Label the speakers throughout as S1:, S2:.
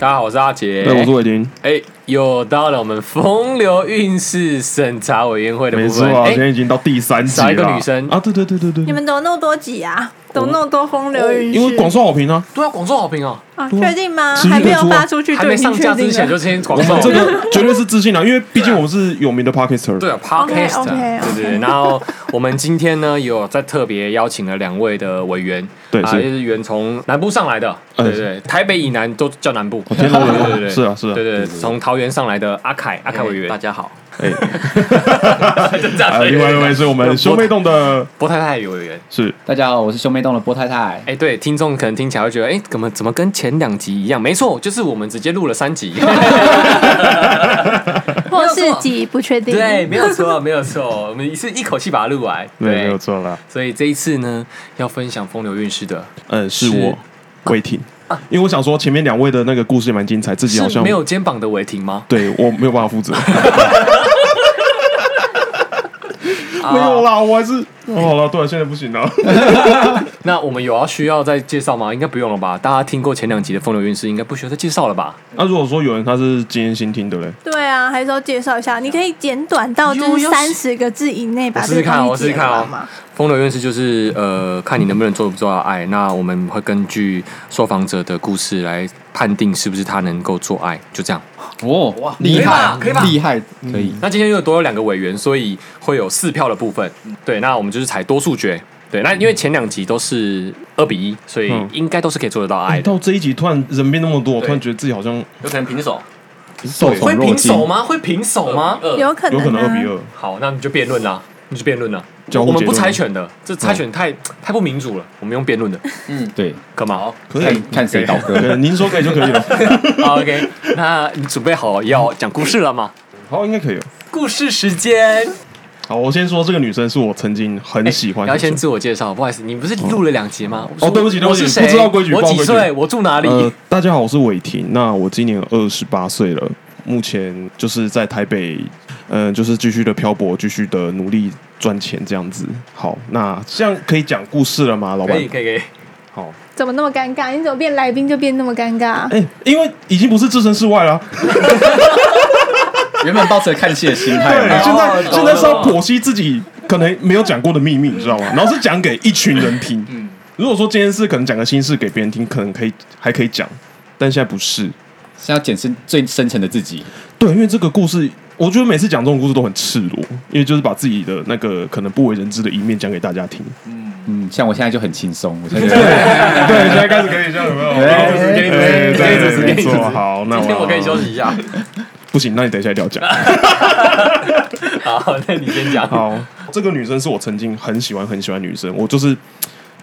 S1: 大家好，我是阿杰，
S2: 对，我是伟霆，
S1: 哎、又到了我们风流韵事审查委员会的
S2: 没
S1: 部
S2: 错
S1: 分。
S2: 啊，
S1: 哎、
S2: 现在已经到第三集
S1: 少
S2: 了。
S1: 一个女生
S2: 啊，对对对对对
S3: 你，们怎么那么多集啊？怎么那么多风
S1: 哦
S3: 流云？
S2: 因为广受好评啊，
S1: 对啊，广受好评哦，
S3: 啊，
S2: 对啊
S3: 确定吗？
S2: 十一月
S3: 还没有
S2: 初啊
S3: 发出去
S1: 还
S3: 就
S1: 没
S3: 已经
S1: 上
S3: 确
S1: 架之前
S3: 定
S1: 就
S3: 了。
S1: 先广
S2: 我
S1: 受
S2: 们。这个绝对是自信啊，因为毕竟我们是有名的 podcaster。
S1: 对啊，podcast，
S3: OK，OK，OK
S1: 对对对。然后我们今天呢，有再特别邀请了两位的委员，
S2: 对
S1: 啊，
S2: 是
S1: 就是原从南部上来的，
S2: 嗯
S1: 对对，台北以南都叫南部，对
S2: 哦天龙人
S1: 对对，
S2: 是啊是啊
S1: 对对，从桃园上来的阿凯，阿凯委员，
S4: 大家好，
S2: 哎，
S1: 就这样
S2: 啊，
S1: 对
S2: 另外一位是 我们兄妹洞的，
S1: 波太太委员，
S2: 是
S4: 大家好，我是兄妹洞的波太太。
S1: 哎，对，听众可能听起来会觉得，哎，怎么怎么跟前两集一样？没错，就是我们直接录了三 集。
S3: 或是集不确定。
S1: 对，没有 错，没有错，我们是一口气把它录完。
S2: 对，没有。错啦，
S1: 所以这一次呢，要分享风流韵事的，
S2: 嗯，是
S1: 是啊
S2: 我魏婷，因为我想说前面两位的那个故事也蛮精彩，自己好
S1: 是
S2: 像
S1: 没有肩膀的伟霆吗？
S2: 对我没有办 法负责。没
S1: 啊
S2: 有啦，我还是哦好了，对，现在不行了。
S1: 那我们有要需要再介绍吗？应该不用了吧？大家听过前两集的风流韵事，应该不需要再介绍了吧？
S2: 那如果说有人他是今天新听的嘞，
S3: 对啊，还是要介绍一下，你可以简短到就是
S1: 有有
S3: 三十个字以内
S1: 我
S3: 把
S1: 试
S3: 这
S1: 试
S3: 个
S1: 看，
S3: 东
S1: 我
S3: 西
S1: 试试
S3: 解
S1: 看
S3: 完
S1: 哦
S3: 嘛。。
S1: 风流韵事就是呃，看你能不能做不做到爱。那我们会根据受访者的故事来判定是不是他能够做爱，就这样。
S4: 哦，哇，厉害，
S1: 可以吧可以吧嗯
S4: 厉害，可以。
S1: 那今天又多有两个委员，所以会有四票的部分。对，那我们就是采多数决。对，那因为前两集都是二比一，所以
S2: 嗯
S1: 应该都是可以做得到爱的。
S2: 到这一集突然人变那么多，我
S1: 对
S2: 突然觉得自己好像
S4: 有可能平手，
S2: 受
S1: 会平手吗？会平手吗？
S3: 有可
S2: 有可
S3: 能
S2: 能二比哦
S3: 啊，
S2: 二。
S1: 呃好，那你就辩论啦，你就辩论啦。
S2: 交
S1: 我
S2: 互
S1: 们不
S2: 结论嗯
S1: 猜拳的，这猜拳太太不民主了。我们用辩论的，
S4: 对，
S1: 干嘛
S2: 可以
S4: 看看谁倒 戈。
S2: 对，您说可以就可以了。
S1: ？OK，那 你准备好要讲故事了吗？
S2: 好，应该可以了。
S1: 故事时间，
S2: 好，我先说这个女生是我曾经很喜欢
S1: 你
S2: 的
S1: 要
S2: 女生。
S1: 先自我介绍，不好意思，你不是录了两集吗？
S2: 哦对不起对不起
S1: 我是谁
S2: 不知道规矩
S1: 我
S2: 不知道
S1: 几
S2: 规矩
S1: 岁？我住哪里？
S2: 呃，大家好，我是伟霆。那我今年二十八岁了，目前就是在台北，嗯、就是继续的漂泊，继续的努力赚钱这样子。好，那这样可以讲故事了吗，老
S1: 可
S2: 板
S1: 以，？可以，可以。
S2: 好，
S3: 怎么那么尴尬？你怎么变来宾就变那么尴尬？
S2: 哎、因为已经不是置身事外了啊，
S4: 原本抱着看戏的心态有
S2: 对，
S4: 没有，
S2: 哎现
S1: 哦
S2: 在
S1: 懂
S2: 现在是
S1: 了
S2: 要剖析自己可能没有讲过的秘密，你知道吗？然后是讲给一群人听。
S1: 嗯
S2: 如果说今天是可能讲个心事给别人听，可能可以还可以讲，但现在不是。
S4: 是要检视最深层的自己。
S2: 对，因为这个故事，我觉得每次讲这种故事都很赤裸，因为就是把自己的那个可能不为人知的一面讲给大家听。
S4: 嗯，像我现在就很轻松，我现在
S2: 对，现在开始可以这样有没有？
S4: 哎
S1: 给你主
S2: 哎
S1: 持，给你主持，
S2: 对
S1: 给你
S2: 没
S1: 主
S2: 错
S1: 持。
S2: 好，那
S1: 今天我可以休
S2: 息。
S1: 息一下。
S2: 不行，那你等一下一定要讲。
S1: 好，那你先讲。
S2: 好，这个女生是我曾经很喜欢很喜欢的女生，我就是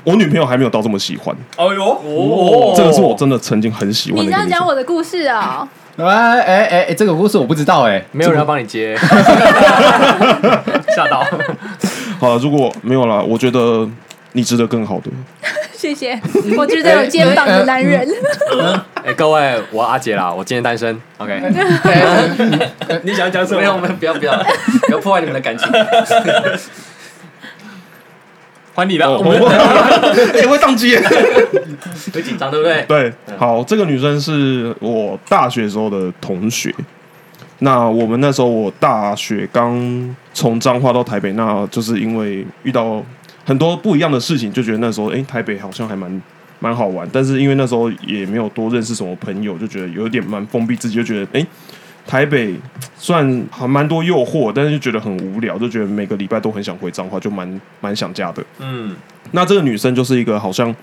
S2: 我女朋友还没有到这么喜欢。
S1: 哎呦，哦
S2: 这个是我真的曾经很喜欢
S3: 你
S2: 的一
S3: 这
S2: 个
S3: 样
S2: 女生
S3: 讲。我的故事
S1: 啊
S3: 哦，
S4: 哎哎哎哎，这个故事我不知道哎，
S1: 没有人要帮你接，吓到。
S2: 好了，如果没有了，我觉得你值得更好的。
S3: 谢谢。
S1: 嗯
S3: 我觉得有肩膀的男人，
S1: 哎，各位，我阿杰啦，我今天单身。OK，
S4: 你想要讲什
S5: 没有，我们不要不要不要破坏你们的感情。
S1: 还你了。
S2: 我
S1: 我们
S2: 哦我哎也会宕机耶。
S5: 有紧张对不对？
S2: 对， 好，这个女生是我大学时候的同学。那我们那时候我大学刚从彰化到台北，那就是因为遇到很多不一样的事情，就觉得那时候哎、诶台北好像还蛮蛮好玩。但是因为那时候也没有多认识什么朋友，就觉得有点蛮封闭自己，就觉得哎、诶台北算还蛮多诱惑，但是就觉得很无聊，就觉得每个礼拜都很想回彰化，就蛮蛮想家的。
S1: 嗯，
S2: 那这个女生就是一个好像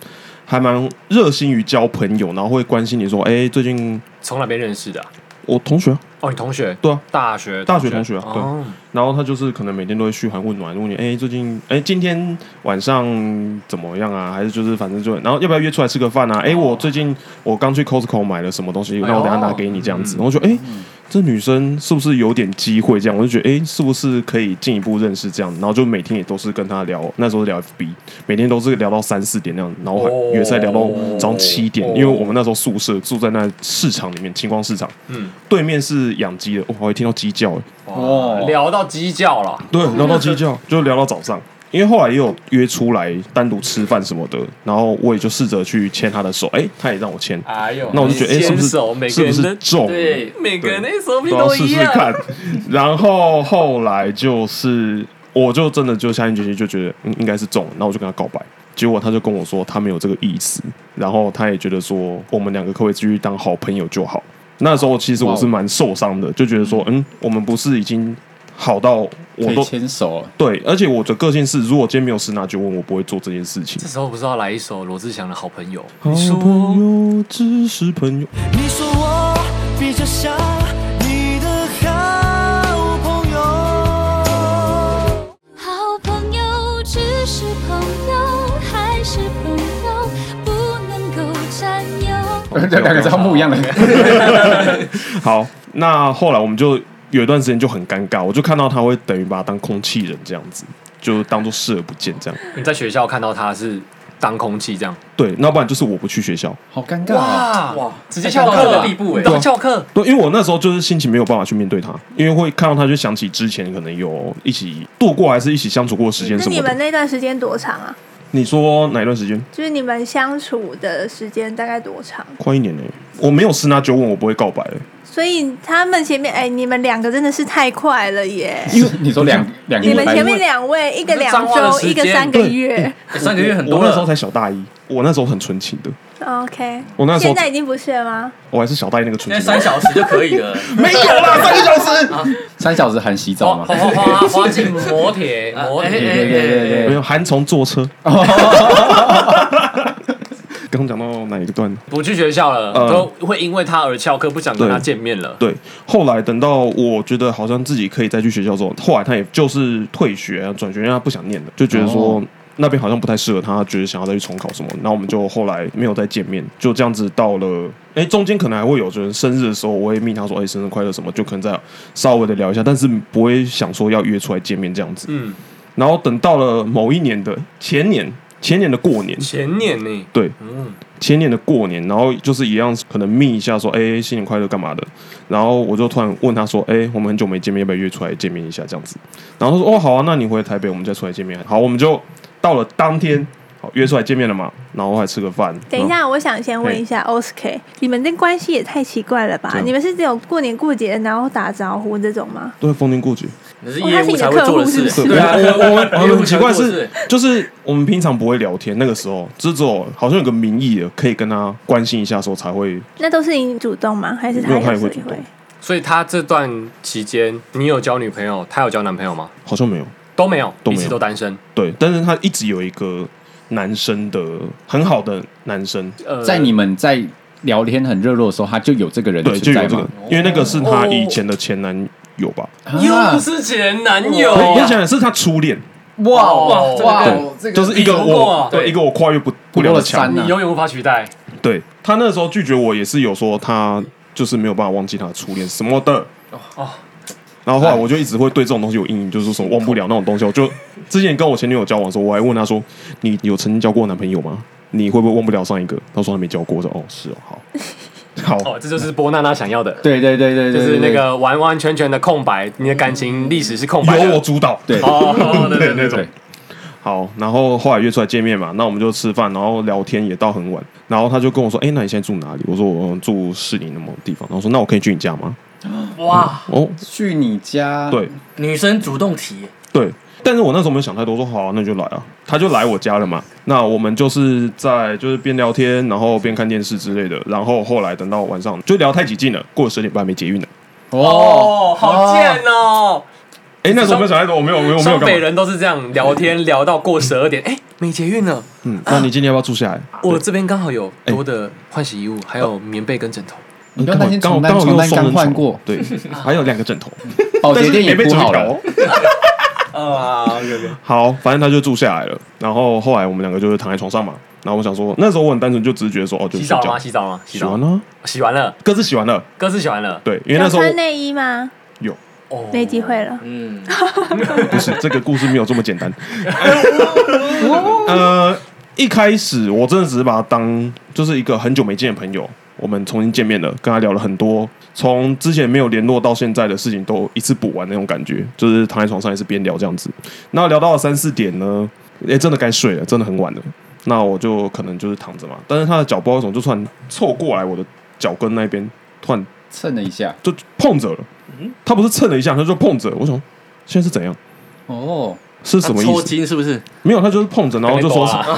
S2: 还蛮热心于交朋友，然后会关心你说，哎、最近
S1: 从哪边认识的啊？
S2: 我同学啊，
S1: 哦，你同学？
S2: 对啊，
S1: 大学
S2: 大学同学啊对
S1: 哦，
S2: 然后她就是可能每天都会嘘寒问暖，问你，哎、最近，哎、今天晚上怎么样啊？还是就是反正就，然后要不要约出来吃个饭啊？哎、我最近我刚去 Costco 买了什么东西，
S1: 哦哎呦嗯
S2: 那我等下拿给你这样子。然后就，哎、这女生是不是有点机会？这样我就觉得，哎、是不是可以进一步认识这样？然后就每天也都是跟她聊，那时候聊 FB，每天都是聊到三四点那样，然后还
S1: 哦
S2: 约赛聊到早上七点，
S1: 哦
S2: 因为我们那时候宿舍住在那市场里面，清光市场
S1: 嗯，
S2: 对面是养鸡哦的，我还会听到鸡叫，哎
S1: 哇，
S4: 哇
S1: 聊到鸡叫了。
S2: 对，聊到鸡叫就聊到早上。因为后来也有约出来单独吃饭什么的，然后我也就试着去牵他的手，哎、他也让我牵，
S1: 哎呦，
S2: 那我就觉得哎是不是
S1: 牵手每个人
S2: 是
S1: 的
S2: 不是重
S1: 对，每个人的 SOP
S2: 都要
S1: 都
S2: 试
S1: 一
S2: 试
S1: 样。啊
S2: 看。 然后后来就是，我就真的就下定决心，就觉得嗯应该是中了，然后我就跟他告白。结果他就跟我说他没有这个意思，然后他也觉得说我们两个可不可以继续当好朋友就好。那时候其实我
S4: 哦
S2: 是蛮受伤的，就觉得说嗯，我们不是已经好到
S4: 可
S2: 我
S4: 以
S2: 都
S4: 牵手，
S2: 对，而且我的个性是，如果今天没有十拿九稳，我不会做这件事情
S6: 这。时候不是要来一首罗志祥的好朋友？
S2: 好
S6: 你说
S2: 哦朋友只是朋友，
S7: 你说我比较像你的好朋友。
S8: 好朋友只是朋友，还是朋友，不能够占有。
S2: 哦
S4: 这 两个账目一样的，
S2: 好，那后来我们就有一段时间就很尴尬，我就看到他会等于把他当空气人这样子，就当做视而不见这样。
S6: 你在学校看到他是当空气这样，
S2: 对，那不然就是我不去学校，
S4: 好尴尬啊！
S1: 哇，直接
S6: 翘
S1: 翘
S6: 课
S1: 课
S6: 了
S1: 的地步
S4: 欸
S1: 哎，
S6: 当翘课，
S2: 对，因为我那时候就是心情没有办法去面对他，因为会看到他就想起之前可能有一起度过还是一起相处过的时间
S1: 哎
S3: 那
S2: 什
S3: 你
S2: 么
S3: 们
S2: 的。
S3: 那段时间多长啊？
S2: 你说哪一段时间？
S3: 就是你们相处的时间大概多长？
S2: 快一年嘞、我没有十拿九稳，我不会告白、欸。
S3: 所以他们前面，哎、你们两个真的是太快了耶！
S4: 因为 你说两两
S3: 你
S4: 年
S3: 们
S4: 来，
S3: 前面两位，一个两
S1: 脏话的
S3: 周，
S1: 时
S3: 一个
S1: 间
S3: 三个月。
S6: 欸
S1: 哎三个月很
S2: 我
S1: 多
S2: 那时候
S1: 了，
S2: 才小大一，我那时候很纯情的，
S3: OK，
S2: 我那时候
S3: 现在已经不是了吗？
S2: 我还是小大一那个纯
S1: 现在
S2: 情
S1: 三
S2: 的。
S1: 小时就可以了。
S2: 没有啦，三个小时。
S4: 三小时含洗澡
S1: 花
S4: 吗
S2: 哦
S1: 花？花花花进
S6: 摩铁
S1: 摩
S6: 摩
S1: 哎哎
S6: 铁，
S1: 哎
S2: 没
S1: 哎，
S2: 有，韩从坐车。 刚讲到哪一个段？
S6: 不去学校了，
S2: 嗯
S6: 都会因为他而翘课，不想跟他见面了。
S2: 对，后来等到我觉得好像自己可以再去学校之后，后来他也就是退学啊、转学，因为他不想念了，就觉得说。
S4: 哦
S2: 那边好像不太适合他，他觉得想要再去重考什么，然后我们就后来没有再见面，就这样子到了，哎、中间可能还会有，就是生日的时候我会密他说，哎、生日快乐什么，就可能再稍微的聊一下，但是不会想说要约出来见面这样子。
S6: 嗯，
S2: 然后等到了某一年的前年，前年的过年，
S6: 前年呢，
S2: 对，
S6: 嗯，
S2: 前年的过年，然后就是一样，可能密一下说，哎、新年快乐干嘛的？然后我就突然问他说，哎、我们很久没见面，要不要约出来见面一下这样子？然后他说，哦，好啊，那你回台北，我们再出来见面。好，我们就到了当天，好约出来见面了嘛，然后还吃个饭。
S3: 等一
S1: 哦
S3: 下，我想先问一下 OSK，你们这关系也太奇怪了吧
S2: 这？样
S3: 你们是只有过年过节然后打招呼这种吗？
S2: 都会逢年过节，
S1: 那是业务才会做的事，
S3: 是
S1: 对啊，
S2: 我我我
S1: 业
S2: 我
S1: 务
S2: 很奇
S1: 才会
S2: 怪
S1: 做的
S2: 是
S1: 事，
S2: 就是我们平常不会聊天，那个时候就只有好像有个名义的可以跟他关心一下的时候才会
S3: 那都是你主动吗？还是他
S2: 没有他
S3: 有
S2: 也
S3: 时
S2: 会
S3: 候
S2: 主
S3: 也
S2: 动
S3: 会？
S6: 所以他这段期间，你有交女朋友，他有交男朋友吗？
S2: 好像没有，
S6: 都没有，
S2: 都没
S6: 彼
S2: 有
S6: 此都单身。
S2: 对，但是他一直有一个男生的很好的男生，
S6: 呃
S4: 在你们在聊天很热络的时候，他就有这个人
S2: 对，就
S4: 存
S2: 有
S4: 在
S2: 这
S4: 吗
S2: 个？，因为那个是他以前的前男友吧？
S1: 又
S4: 啊
S1: 不是前男友，
S2: 对，你想想是他初恋，
S4: 哇
S1: 哇这个
S4: 哇
S1: 更，
S4: 这个
S2: 就是一个
S1: 比不过啊
S2: 我对
S6: 对
S2: 一个我跨越不不了的墙
S4: 过。了
S6: 你永远无法取代。
S2: 对他那时候拒绝我，也是有说他就是没有办法忘记他的初恋什么的。
S6: 哦
S2: 然后后来我就一直会对这种东西有阴影，就是说忘不了那种东西。我就之前跟我前女友交往的时候，我还问她说：“你有曾经交过男朋友吗？你会不会忘不了上一个？”她说她没交过。我说：“哦，是哦，好，好，
S6: 哦，这就是波娜娜想要的，
S4: 对对对对
S6: 就
S4: 对，
S6: 是那
S4: 对
S6: 个完完全全的空白，你的感情历史是空白
S2: 嗯由我
S6: 的。
S2: 主导。”
S4: 对
S6: 哦，对对对
S2: 对
S6: 对，
S2: 那种。好，然后后来约出来见面嘛，那我们就吃饭，然后聊天也到很晚。然后他就跟我说：“哎，那你现在住哪里？”我说：“我住市里那么地方。”然后说：“那我可以去你家吗啊
S1: 哇，？”
S2: 哦，
S4: 去你家，
S2: 对
S1: 女生主动提，
S2: 对。但是我那时候没想太多，说好、啊，那你就来啊。他就来我家了嘛。那我们就是在就是边聊天，然后边看电视之类的。然后后来等到晚上就聊太起劲了，过了十点半没捷运了。
S1: 哦，好
S4: 啊
S1: 贱哦，
S2: 哎，那时候没有想太多，我没有，我没有，我没有
S6: 双北
S2: 干嘛。
S6: 人都是这样聊天聊到过十二点，哎，没捷运了，
S2: 嗯，那你今天要不要住下来？
S6: 我这边刚好有多的换洗衣物，还
S2: 哎
S6: 有棉被跟枕头。
S4: 你不要担心
S2: 刚好
S4: 床单
S2: 刚好
S4: 床
S2: 又
S4: 单
S2: 双
S4: 刚
S2: 人
S4: 换
S2: 床
S4: 过，
S2: 对，还有两个枕头，
S6: 哦
S4: 保
S2: 但
S4: 洁
S2: 是
S4: 店
S2: 也
S4: 也
S2: 被
S4: 铺
S2: 整
S4: 好
S2: 条
S4: 了
S2: 哦。。
S1: 啊，有有，
S2: 好，反正他就住下来了。然后后来我们两个就是躺在床上嘛。然后我想说，那时候我很单纯，就只是觉得说，哦，就
S6: 洗
S2: 是
S6: 澡
S2: 睡
S6: 了
S2: 觉啊
S6: 吗？。洗澡了吗？洗
S2: 洗
S6: 澡
S2: 完，了，
S6: 洗完了，
S2: 各自洗完了。
S6: 各自洗完了。
S2: 对，因为那时候
S3: 有穿内衣吗？
S2: 有，
S6: 哦
S3: 没机会了。
S1: 嗯，
S2: 不是这个故事没有这么简单。呃，一开始我真的只是把他当就是一个很久没见的朋友，我们重新见面了，跟他聊了很多从之前没有联络到现在的事情都一次补完那种感觉，就是躺在床上也是边聊这样子。那聊到了三四点呢，诶，真的该睡了，真的很晚了。那我就可能就是躺着嘛，但是他的脚不知道为什么就突然凑过来我的脚跟那边，突然
S4: 蹭了一下，
S2: 就碰着了。他不是蹭了一下，他就碰着。我想现在是怎样？
S4: 哦，
S2: 是
S1: 他
S2: 什么意
S1: 抽
S2: 思？
S1: 筋是不是？
S2: 没有，他就是碰着，然后就说是，
S6: 啊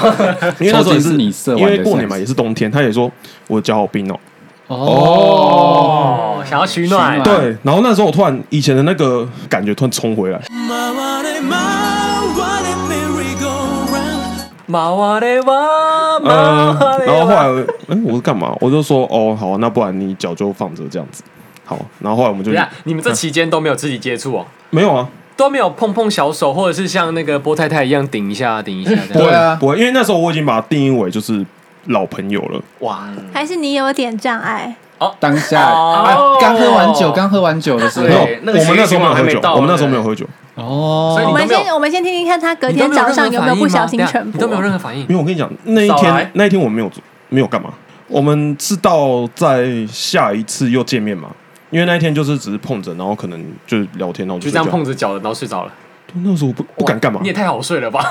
S1: 啊
S2: 因为那
S4: 抽
S2: 时候也
S4: 筋
S2: 是
S4: 是你射
S2: 因
S4: 完
S2: 为
S4: 的
S2: 过年嘛，
S4: 算
S2: 也是冬天，他也说我脚好冰哦。
S1: 哦，想要取暖
S4: 取暖，
S2: 对，然后那时候我突然以前的那个感觉突然冲 回来，
S7: My one and my one and merry go round，
S1: 马哇嘞哇，马
S2: 呃
S1: 哇，嘞
S2: 然后后来
S1: 哇。
S2: 我，嗯，我是干嘛？我就说，哦，好，那不然你脚就放着这样子，好。然后后来我们就
S1: 等一下，你们这期间都没有肢体接触哦，
S2: 没有啊，
S1: 都没有碰碰小手，或者是像那个波太太一样顶一下顶一下这
S2: 不
S1: 样。
S2: 会
S4: 对啊
S2: 不会，因为那时候我已经把它定义为就是老朋友了，
S1: 哇，
S3: 还是你有点障碍？
S4: 当下
S1: 哦
S4: 啊刚喝完酒，刚喝完酒的时
S2: 没有
S4: 候，
S1: 对，那
S2: 我
S1: 个
S2: 们那
S1: 情绪
S2: 时候没有
S1: 还
S2: 喝
S1: 没
S2: 酒，
S1: 到
S2: 我们那时候
S1: 对
S2: 没有喝酒，
S4: 哦
S1: 所以
S3: 我
S1: 你
S3: 们
S1: 都没有
S3: 先我们先听听看他隔
S1: 你都
S3: 天
S1: 没有
S3: 早
S1: 任
S3: 上
S1: 何
S3: 有
S1: 反
S3: 没有
S1: 应
S3: 不
S1: 吗啊
S3: 小心
S1: 等一下
S3: 传播，
S1: 你都没有任何反应
S2: 因。为我跟你讲，那一
S1: 少
S2: 天
S1: 来
S2: 那一天我没有做，没有干嘛。我们是到在下一次又见面嘛？因为那一天就是只是碰着，然后可能就是聊天，然后
S1: 就
S2: 睡
S1: 这样
S2: 觉
S1: 碰。着脚的，然后睡着了。
S2: 那时候我不不敢干嘛
S1: 你，也太好睡了吧？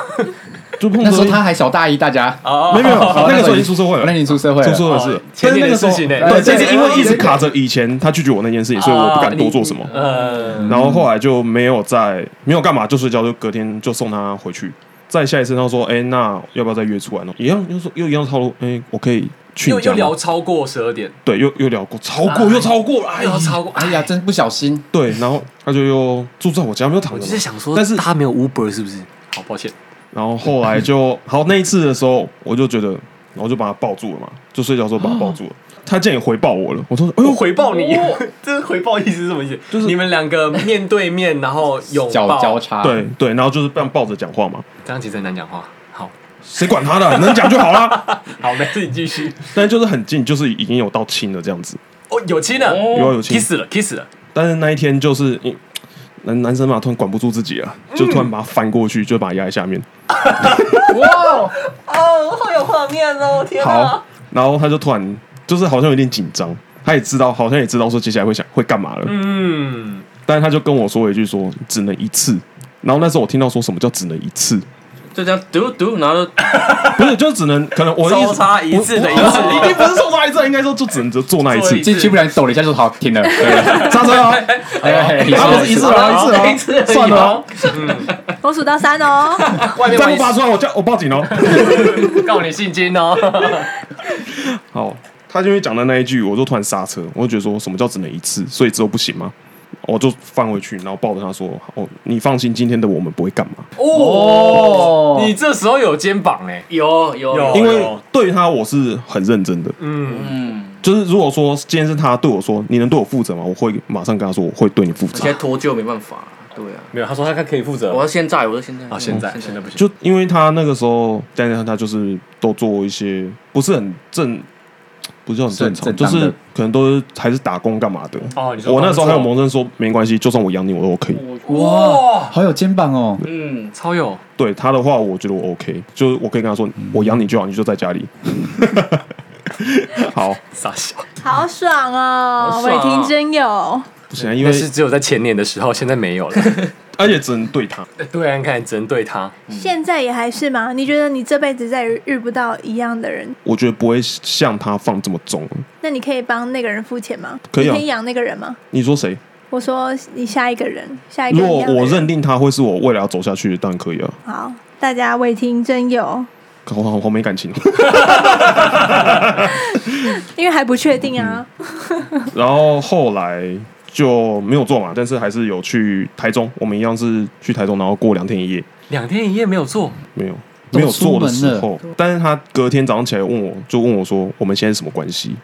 S2: 就碰着。
S4: 那时候他还小大一，大家
S1: 哦
S2: 没有没有，
S4: 哦
S2: 那个时候已经出社会了，
S4: 那你出社会
S2: 出
S4: 了，
S2: 社会是
S1: 哦。前
S2: 但是
S1: 年
S2: 那
S1: 的
S2: 个时
S1: 事
S2: 候
S1: 情呢？
S2: 对，但
S4: 对
S2: 是
S4: 对
S2: 因为
S4: 对
S2: 一直卡着以前他拒绝我那件事情，所以我不敢多做什么嗯
S1: 哦。你呃，
S2: 然后后来就没有再没有干嘛，就睡觉，就隔天就送他回去。再下一次他说：“哎，那要不要再约出来呢？”一样又说又一样套路，哎，我可以去
S1: 又
S2: 你家
S1: 又
S2: 吗。
S1: 聊超过十二点，
S2: 对，又又聊过，超过又超过，哎
S1: 聊
S2: 呀，
S1: 超过。
S4: 哎呀，真不小心，
S2: 对，然后他就又住在我家，没有躺
S1: 我
S2: 着
S1: 就
S2: 嘛。
S1: 是想说，
S2: 但是
S1: 他没有 Uber 是不是？好抱歉，
S2: 然后后来就好那一次的时候，我就觉得，然后就把他抱住了嘛，就睡觉的时候把他抱住了。
S1: 哦
S2: 他竟然也回抱我了，我说：“哎
S1: 我
S2: 呦，
S1: 回报你， 这是回报意思是什么意思？就是你们两个面对面，然后拥
S4: 脚
S1: 抱，
S4: 交叉，
S2: 对对。”然后就是这样抱着讲话嘛，
S1: 这样其实很难讲话。好，
S2: 谁管他的，能讲就好啦。
S1: 好，没事，你继续。
S2: 但就是很近，就是已经有到亲了这样子。
S1: 哦，有亲了，
S2: 有有亲
S1: kiss 了，kiss 了，
S2: 但是那一天就是因男男生嘛，突然管不住自己了，
S3: 嗯
S2: 就突然把他翻过去，就把他压在下面。
S3: 哦，好有画面哦！天
S2: 好，，然后他就突然就是好像有点紧张，他也知道，好像也知道说接下来会想会干嘛了，
S1: 嗯，
S2: 但是他就跟我说了一句说只能一次。然后那时候我听到说什么叫只能一次，
S9: 就这样嘟嘟，然后就
S2: 不是就只能可能我的意思
S1: 交叉一次的一
S2: 我
S1: 次
S2: 我一定不是交叉一次，应该说就只能就做那一次
S1: 做一，次
S4: 进去不然抖了一下就好停了，对，
S2: 刹车啊，
S4: 哎
S2: 他不是一次啊，
S1: 好
S2: 一
S1: 一
S2: 次
S1: 次而
S2: 啊，
S1: 已
S2: 算了啊，
S3: 我数到三哦。
S1: 外面
S2: 再不
S1: 玩
S2: 拔出来我叫我报警哦。
S1: 告你性侵哦。
S2: 好，他就因为讲的那一句，我就突然刹车，我就觉得说什么叫只能一次，所以之后不行吗？我就翻回去，然后抱着他说：“哦，你放心，今天的我们不会干嘛。”
S1: 哦，你这时候有肩膀哎，
S9: 有有
S1: 有
S2: 因为对他我是很认真的，
S1: 嗯，
S9: 嗯，
S2: 就是如果说今天是他对我说你能对我负责吗？我会马上跟他说我会对你负
S9: 我现在
S2: 责。
S9: 脱臼没办法，对啊，
S1: 没有，他说他可以负责
S9: 我要现在，我要嗯现在
S1: 啊，现在现在不行，
S2: 就因为他那个时候，但是他就是都做一些不是很正，不是很正常，
S4: 正
S2: 就
S4: 正当的
S2: 是可能都是还是打工干嘛的。
S1: 哦你说
S2: 我那时候还有
S1: 工
S2: 萌生说没关系，就算我养你我都 OK。
S1: 哇，
S4: 好有肩膀哦，
S9: 嗯，
S1: 超有，
S2: 对他的话，我觉得我 OK，就是我可以跟他说我养你就好，你就在家 里。好，
S1: 傻笑。
S3: 好爽哦
S9: 好！爽
S3: 伟
S9: 啊
S3: 霆真有，
S2: 不行啊，因为
S1: 那是只有在前年的时候，现在没 有了。
S2: 而且只能对他。
S1: 对啊，你看针对他，
S3: 现在也还是吗？你觉得你这辈子再也遇不到一样的人，
S2: 我觉得不会像他放这么重。
S3: 那你可以帮那个人付钱吗？
S2: 可以啊
S3: 你可以养那个人吗？
S2: 你说谁？
S3: 我说你下一个人，下一个
S2: 如
S3: 人
S2: 果
S3: 一样的人
S2: 我认定他会是我未来要走下去的，当然可以啊。
S3: 好，大家伟霆真有，
S2: 好好好没感情。
S3: 因为还不确定啊。
S2: 然后后来就没有做嘛，但是还是有去台中，我们一样是去台中，然后过两天一夜，
S1: 两天一夜没有做，
S2: 没有
S4: 都
S2: 没有做的
S4: 出
S2: 时
S4: 门了
S2: 候，但是他隔天早上起来问我，就问我说我们现在是什么关系？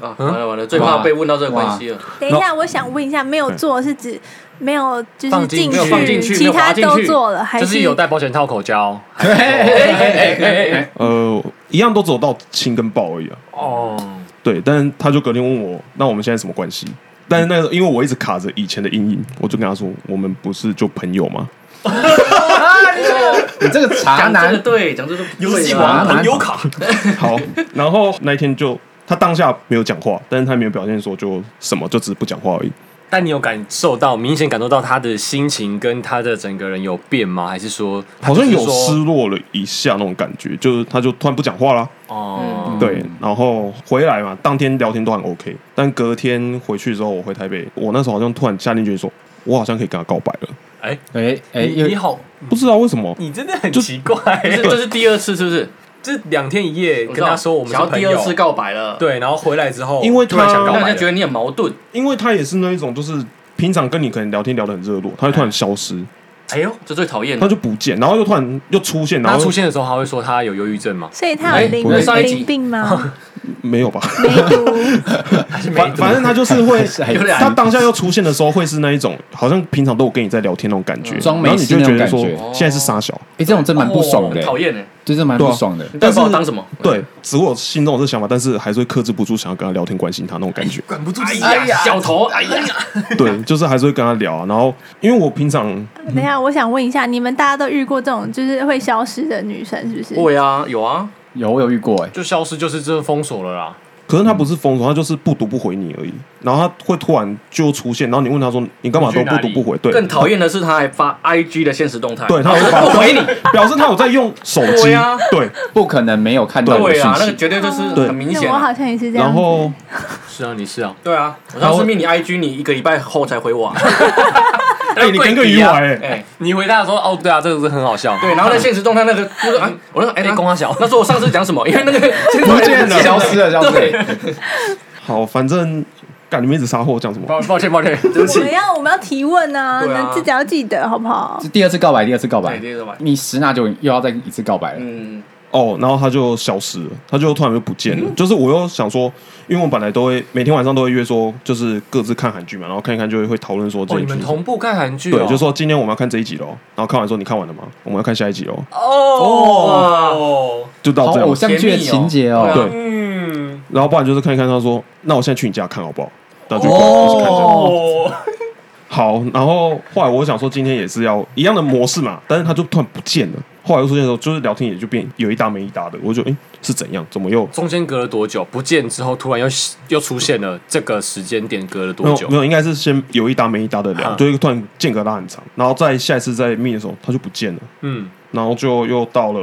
S9: 啊，
S1: 嗯
S9: 完了完了，最怕被问到这个关系了，
S3: 等一下，我想问一下，没有做是指没有就是
S1: 放进没有放进去
S3: 其
S1: 没有滑
S3: 他
S1: 进
S3: 都
S1: 去
S3: 做了，还
S1: 就是有戴保险套口交。
S4: 哎哎哎哎，
S2: 呃，一样都只有到亲跟抱而已啊。
S1: 哦，
S2: 对，但是他就隔天问我，那我们现在什么关系？但是那个，因为我一直卡着以前的阴影，我就跟他说，我们不是就朋友吗？
S4: 你这个茶
S9: 讲这个
S4: 男，
S9: 对，讲这个
S1: 游戏
S4: 啊
S1: 王
S4: 男
S1: 朋友卡，
S2: 好，然后那一天就他当下没有讲话，但是他没有表现说就什么，就只是不讲话而已。
S6: 但你有感受到明显感受到他的心情跟他的整个人有变吗？还是说
S2: 好像有
S6: 还是说
S2: 失落了一下那种感觉，就是他就突然不讲话啦。
S6: 哦、
S2: 嗯
S1: 嗯
S2: 对，然后回来嘛，当天聊天都很 OK，但隔天回去之后，我回台北，我那时候好像突然下定决心说，我好像可以跟他告白了，
S4: 哎哎，
S1: 你
S4: 又，
S1: 你好，
S2: 不知道为什么。
S1: 你真的很奇怪欸、
S9: 不 是，这是第二次是不是？
S1: 这两天一夜
S9: 我
S1: 跟
S9: 知道
S1: 他说我们是
S9: 想要
S1: 朋
S9: 第
S1: 友，
S9: 二次告白了，，
S1: 对，然后回来之后，
S2: 因为
S1: 突然
S2: 他
S1: 想告
S9: 让
S1: 白
S9: 人
S1: 了
S9: 家觉得你很矛盾。
S2: 因为他也是那一种，就是平常跟你可能聊天聊得很热络，他会突然消失，
S9: 哎呦，这最讨厌
S2: 他
S9: 了。
S2: 就不见，然后又突然又出现，然
S6: 那
S2: 后
S6: 他
S2: 又
S6: 出现的时候，他会说他有忧郁症吗？
S3: 所以他有淋
S2: 哎不是
S9: 上一集
S3: 淋病吗？
S2: 没有吧？
S3: 梅毒，
S2: 反反正他就是会
S4: 还
S9: 有点
S2: 他当下又出现的时候，会是那一种好像平常都有跟你在聊天那种感觉，
S4: 装没
S2: 然后你
S4: 事
S2: 就
S4: 那
S2: 觉
S4: 种
S2: 得
S4: 感
S2: 说
S4: 觉
S2: 现在是傻小，
S4: 哎，这种真蛮不爽的
S9: 哦，讨厌哎。
S4: 对，真蛮不爽的。
S9: 你
S2: 但
S9: 到底
S2: 是
S9: 把我当什么？
S2: 对，只我心中有这想法，但是还是会克制不住想要跟他聊天关心他那种感觉。
S1: 管不住自己啊
S9: 哎呀，小头，哎呀，
S2: 对，就是还是会跟他聊啊。然后因为我平常
S3: 等一下，我想问一下，你们大家都遇过这种就是会消失的女生，是不是？
S9: 会啊，有啊，
S4: 有我有遇过哎，
S6: 就消失，就是真的封锁了啦。
S2: 可是他不是封锁，他就是不读不回你而已。然后他会突然就出现，然后你问他说你干嘛都不读不回？对，
S9: 更讨厌的是他还发 IG 的现实动态，
S2: 对，他会发
S9: 不回你，
S2: 表示他有在用手机
S9: 对啊。
S2: 对，
S4: 不可能没有看到我的
S9: 对
S4: 讯
S9: 啊，那个
S4: 息。
S9: 绝对就是
S2: 对
S9: 很明
S3: 那
S9: 显
S3: 我
S9: 啊。
S3: 好像也是这样
S2: 然
S3: 子。
S2: 后
S6: 是啊，你是啊，
S9: 对啊，我上次密你 IG，你一个礼拜后才回我啊。
S2: 哎，你跟个鱼玩哎，
S9: 哎，
S6: 你回答说哦，对啊，这个是很好笑。
S9: 对，然后在现实动态 那个，就是啊，我那个哎，
S6: 哎，
S9: 那
S6: 公阿小，
S9: 那时候我上次讲 什么？因为那个现
S4: 不
S9: 在
S4: 见了，消失了，消失了。
S2: 好，反正干你们一直杀货讲什么？
S6: 抱抱歉抱歉， 对不
S3: 我们要我们要提问啊，
S9: 对啊
S3: 那自己要记得好不好
S4: 这？第二次告白，第二次告白
S9: 对，，接着吧。
S4: 你十拿九稳又要再一次告白了。
S9: 嗯，
S2: 哦，然后他就消失了，他就突然就不见了。 就是我又想说，因为我本来都会每天晚上都会约说，就是各自看韩剧嘛，然后看一看就会会讨论说这
S6: 哦，
S2: 一
S6: 你
S2: 集
S6: 们。同步看韩剧哦，
S2: 对，就说今天我们要看这一集喽，然后看完说你看完了吗？我们要看下一集哦，
S1: 哦，
S2: 就到
S4: 好
S2: 这样
S4: 偶。像剧的情节
S9: 甜蜜哦
S4: 哦。
S2: 对，
S1: 嗯，
S2: 然后不然就是看一看，他说：“那我现在去你家看好不好？”然后就一起看这样。
S1: 哦，
S2: 好，然后后来我想说今天也是要一样的模式嘛，但是他就突然不见了。后来又出现的时候，就是聊天也就变有一搭没一搭的，我就哎、诶是怎样？怎么又
S6: 中间隔了多久不见之后，突然又又出现了，这个时间点隔了
S2: 没
S6: 多
S2: 有
S6: 久
S2: 没？有？应该是先有一搭没一搭的聊，
S6: 啊
S2: 就会突然间隔拉很长，然后再下一次再密的时候他就不见了，
S6: 嗯，
S2: 然后就又到了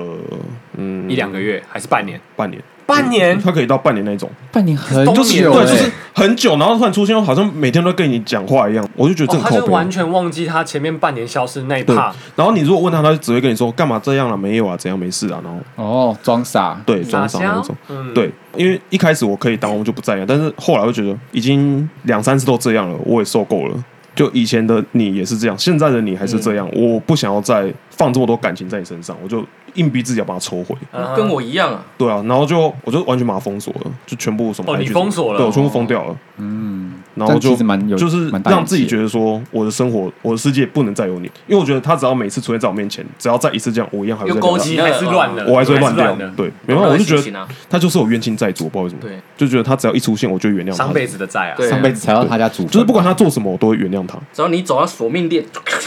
S2: 嗯
S6: 一两个月还是半年？嗯
S2: 半年，
S1: 半
S6: 哎
S1: 年
S2: 他可以到半年那一种，
S4: 半年很久
S1: 冬眠
S4: 欸，
S2: 对，就是很久，然后突然出现，好像每天都跟你讲话一样，我就觉得
S6: 哦
S2: 这，
S6: 他
S2: 很
S6: 就
S2: 靠背。
S6: 完全忘记他前面半年消失那一
S2: 对
S6: 趴，，
S2: 然后你如果问他，他就只会跟你说干嘛这样了、没有啊，怎样没事啊，然后
S4: 哦，装傻。
S2: 对
S6: 哪
S2: 装傻那
S6: 像
S2: 种。？
S6: 嗯，
S2: 对，因为一开始我可以当我就不在意啊，但是后来我就觉得已经两三次都这样了，我也受够了。就以前的你也是这样，现在的你还是这样，
S6: 嗯
S2: 我不想要再放这么多感情在你身上，我就硬逼自己要把它抽回。
S6: 嗯
S9: 跟我一样啊。
S2: 对啊，然后就我就完全把它封锁了，就全部什么
S6: 哦
S2: IG
S6: 你封锁了
S2: 对我全部封掉了，
S4: 嗯，
S2: 然后
S4: 但
S2: 就
S4: 其实蛮有
S2: 就是
S4: 蛮大
S2: 让
S4: 勇气
S2: 自己
S4: 的
S2: 觉得说我的生活我的世界不能再有你，因为我觉得他只要每次出现在我面前，只要再一次这样，我一样还会
S1: 又
S2: 再
S1: 勾
S6: 嗯
S2: 聊
S1: 起还是乱了，
S2: 我还是会乱
S1: 还
S2: 掉
S1: 是了，
S2: 对，没办法，我就觉
S9: 那个心情
S2: 得
S9: 啊
S2: 他就是有冤亲债主，我不知道为什么，
S9: 对，
S2: 就觉得他只要一出现，我就原谅他
S6: 上，辈子的债啊，
S9: 对
S4: 上辈子踩到他家祖坟，
S2: 就是不管他做什么，我都会原谅他。
S9: 只要你走到索 命店，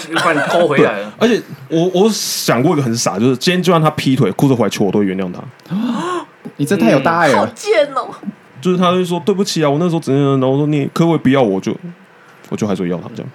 S9: 就把你勾回
S2: 对
S9: 来了，。
S2: 而且我我想过一个很傻，就是今天就算他劈腿、哭着怀求我，都会原谅他。
S4: 你这太有大爱
S3: 好
S4: 了。
S3: 贱哦！就是
S2: 就是他就说对不起啊，我那时候怎样，然后我说你可不可以不要我，我就我就还是会要他这样。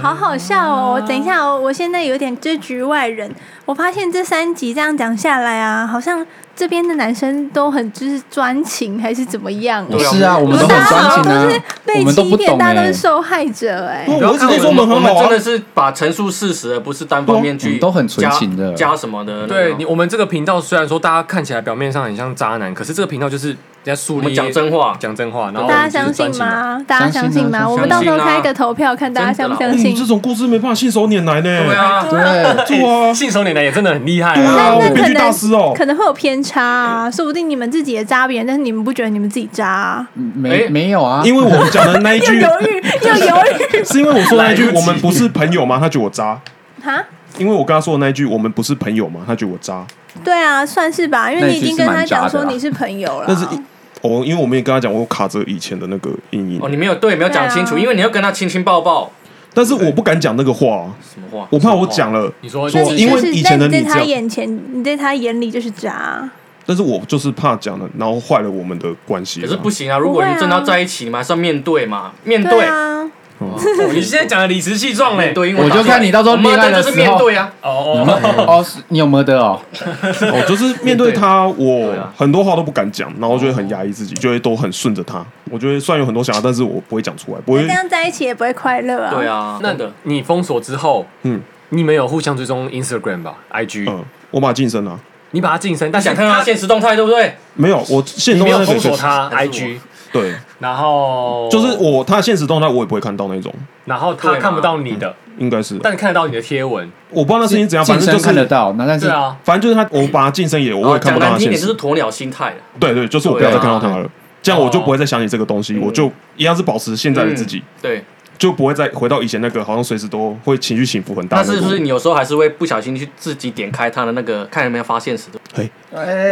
S3: 好好笑哦！等一下哦，我现在有点就是局外人。我发现这三集这样讲下来啊，好像这边的男生都很就是专情，还是怎么样哦？
S9: 对啊
S4: 是啊，我们都
S3: 大
S4: 很
S3: 家
S4: 专
S3: 好像
S4: 情啊
S3: 都是，
S4: 我
S3: 被
S4: 们都
S3: 欺
S4: 不
S3: 骗，
S4: 懂
S3: 大家都
S4: 哎
S3: 是，受害者哎、
S2: 不
S9: 不要
S2: 我只
S9: 看
S2: 是说
S9: 我们，
S2: 们很
S9: 我们
S2: 好
S9: 真
S2: 啊
S9: 的，是把陈述事实，而不是单方面
S4: 我
S9: 去
S4: 啊们都很纯情的
S9: 加加什么的。
S6: 对你，我们这个频道虽然说大家看起来表面上很像渣男，可是这个频道就是人家
S9: 我
S6: 树
S9: 们
S6: 立
S9: 讲真话，
S6: 讲真话，然后
S3: 大家
S6: 我
S3: 相
S6: 们就是专
S3: 信
S6: 情的？
S3: 吗？大家相信
S4: 相信
S3: 吗？
S4: 啊
S3: 我们到时候
S9: 相信啊
S3: 开个投票，看大家相不相
S9: 真
S2: 你
S3: 信
S2: 嗯这。种故事没办法信手拈来呢。
S9: 对啊，
S4: 对，
S2: 对啊，
S6: 信手拈来也真的很厉害
S1: 哎
S2: 对
S6: 啊！
S2: 啊，
S3: 那
S2: 我
S3: 可
S2: 编剧
S3: 能
S2: 大师哦。
S3: 可能会有偏差啊，说不定你们自己也扎别人，但是你们不觉得你们自己扎、啊，
S4: 没
S9: 哎
S4: 没有啊，
S2: 因为我们讲的那一
S3: 又
S2: 句
S3: 犹，豫又犹豫
S2: 是因为我说的那一句
S1: 来不及
S2: 我们不是朋友吗？他觉得我渣。
S3: 哈？
S2: 因为我跟他说的那一句“我们不是朋友嘛”，他觉得我渣。
S3: 对啊，算是吧，因为你已经跟他讲说
S4: 那
S3: 你
S4: 一
S3: 是朋友了。
S2: 但是一，我、哦因为我们也跟他讲，我卡着以前的那个阴影，
S9: 哦，你没有对，没有讲清楚，
S3: 对啊
S9: 因为你要跟他亲亲抱抱，
S2: 但是我不敢讲那个话啊、
S9: 什么话？
S2: 我怕我讲了，
S6: 你说
S2: 说
S3: 那你
S2: 因
S3: 就
S2: 为
S3: 是
S2: 以前的
S3: 在
S2: 你
S3: 在
S2: 这
S3: 他
S2: 样
S3: 眼前，你在他眼里就是渣。啊
S2: 但是我就是怕讲了，然后坏了我们的关系
S9: 可
S2: 啦。
S9: 是不行啊，如果你们真的要在一起，你们还是要面对嘛，面
S3: 对
S9: 对。
S3: 啊，
S10: 哦你现在讲的理直气壮
S1: 欸
S10: 嘞
S9: 面，对，因为
S4: 我就看你到时候
S9: 啊我们
S4: 恋爱的
S9: 就是
S4: 时候
S9: 面对啊，
S10: 哦
S4: 有
S10: 哦，
S4: 没有哦，是你有没得哦？
S2: 哦，就是面对他，我
S9: 啊
S2: 很多话都不敢讲，然后就会很压抑自己，就会都很顺着他。我就会虽然有很多想法，但是我不会讲出来，不会
S3: 这。样在一起也不会快乐啊。
S9: 对，啊，
S1: 那
S9: 真的
S1: 你封锁之后，
S2: 嗯
S1: 你们有互相追踪 Instagram 吧？IG，、
S2: 嗯，我把他晋升了，
S1: 你把他晋升，但是
S9: 想看
S1: 他
S9: 他现实动态对不对？
S2: 没有，我现
S1: 你
S2: 实
S1: 没
S2: 动
S1: 有
S2: 态
S1: 封锁
S2: 谁
S1: 哦
S2: 谁
S1: 他
S9: 还是
S1: IG，
S2: 对，
S1: 然后
S2: 就是，我他的现实动态我也不会看到那种，
S1: 然后他
S9: 对嘛嗯
S1: 看不到你的，
S2: 应该是，
S1: 但看得到你的贴文，
S2: 我不知道那事情怎样，反
S4: 晋
S2: 正就
S4: 升看得
S2: 是，
S4: 到，那但是
S1: 对啊，
S2: 反正就是他，我把他晋升也，我也看
S9: 哦讲
S2: 不到
S9: 难
S2: 他现
S9: 听一点就
S2: 实
S9: 是。鸵鸟心态了。
S2: 对对，就是我不要再看到他了，这样我就
S1: 哦
S2: 不会再想起这个东西，我就一样是保持现在的自己，
S9: 对，
S2: 就不会再回到以前那个好像随时都会情绪起伏很大。
S9: 但是就是，你有时候还是会不小心去自己点开他的那个，看有没有发现实的。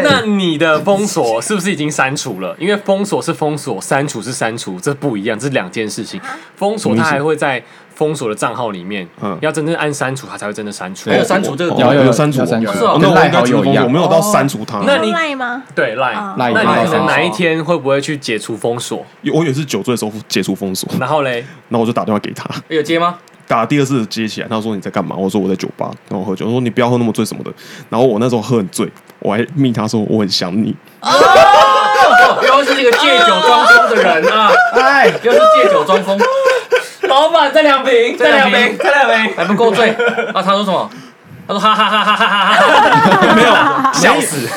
S1: 那你的封锁是不是已经删除了？因为封锁是封锁，删除是删除，这不一样，这是两件事情。封锁
S2: 什么意
S1: 它
S2: 思
S1: 还会在封锁的账号里面，
S2: 啊嗯
S1: 要真正按删除，它才会真的删除
S9: 还。有删除这个
S2: 哦
S9: 点
S4: 有有
S2: 有删除
S4: 有删除
S2: 哦那
S4: 跟
S2: 我
S4: 赖
S2: 应该
S4: 好
S2: 只是
S4: 友一
S2: 封锁，
S4: 样
S2: 我没有到删除他。
S1: 那你
S3: 赖吗？
S1: 对
S3: 哦
S1: 赖，
S4: 赖
S1: 那
S4: 友
S1: 你可能
S9: 哦
S1: 哪一天会不会去解除封锁？
S2: 有我有一次酒醉的时候解除封锁，
S1: 然后嘞，
S2: 然后我就打电话给他，
S9: 有接吗？
S2: 打第二次接起来，他说你在干嘛？我说我在酒吧，然后喝酒。我说你不要喝那么醉什么的。然后我那时候喝很醉，我还密他说我很想你。
S9: 又哦是一个借酒装疯的人啊！
S4: 哎，
S9: 又是借酒装疯，
S10: 老板再两瓶，再两瓶，再两瓶，
S9: 还不够醉 啊！他说什么？他说哈哈哈哈哈哈哈哈，
S1: 笑死！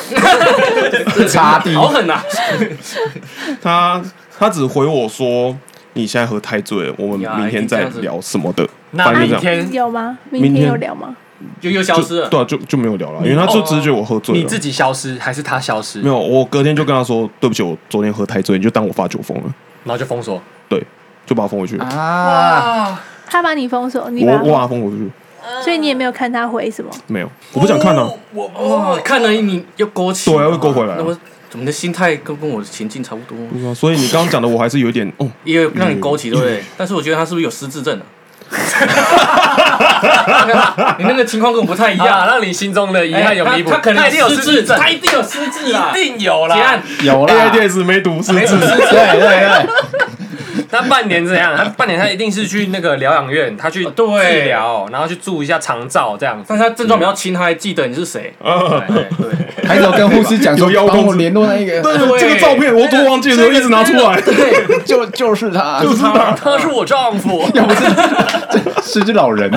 S4: 差低，
S9: 好狠啊呐！
S2: 他他只回我说你现在喝太醉了，我
S9: 呀
S2: 们明天再聊什么的。
S1: 那
S2: 反正就
S1: 明
S2: 这样，
S1: 天
S3: 有吗？
S2: 明
S3: 明天
S2: 天
S3: 有聊吗？
S9: 就又消
S2: 就
S9: 失了。哦
S2: 对啊，就就没有聊了，因为他就只是觉得我喝醉了。
S1: 你自己消失还是他消失？
S2: 没有，我隔天就跟他说对不起，我昨天喝太醉，你就当我发酒疯了，
S1: 然后就封锁。
S2: 对，就把他封回去。
S4: 啊，
S3: 他把你封锁，你
S2: 我
S3: 把
S2: 我把
S3: 他
S2: 他封回去，
S3: 封，所以你也没有看他回什么。
S2: 没有，我不想看啊。
S9: 我
S1: 哦
S9: 哇，看了你又勾起，
S2: 对啊又勾回来了
S9: 那我怎么的心态跟跟我的情境差不多，
S2: 对啊所以你刚刚讲的，我还是有一点哦，
S9: 也有让你勾起，对不对？但是我觉得他是不是有失智症啊？啊 你那个情况跟我不太一
S1: 呀，
S9: 样。
S1: 让啊你心中的遗憾有
S9: 哎
S1: 弥补，
S9: 他他可能
S1: 一定有
S9: 失
S1: 智症，
S9: 他一定有失智啊！
S1: 一定有啦。
S9: 结案，
S4: 有啦，对
S2: AIDS 没毒是
S9: 没有失智，
S4: 对对，
S1: 他半年怎样？他半年他一定是去那个疗养院，他去
S9: 哦对
S1: 治疗，然后去住一下长照这样子。
S9: 但是他症状比较轻，他还记得你是谁。哎
S4: 还有跟护士讲说
S2: 有妖
S4: 帮
S2: 公
S4: 我
S2: 子
S4: 联络那个，
S2: 对，这个照片我都忘记了，一直拿出来。
S4: 对， 就就是他，就是他，
S1: 他是我丈 夫，
S4: 要不是这是只老人，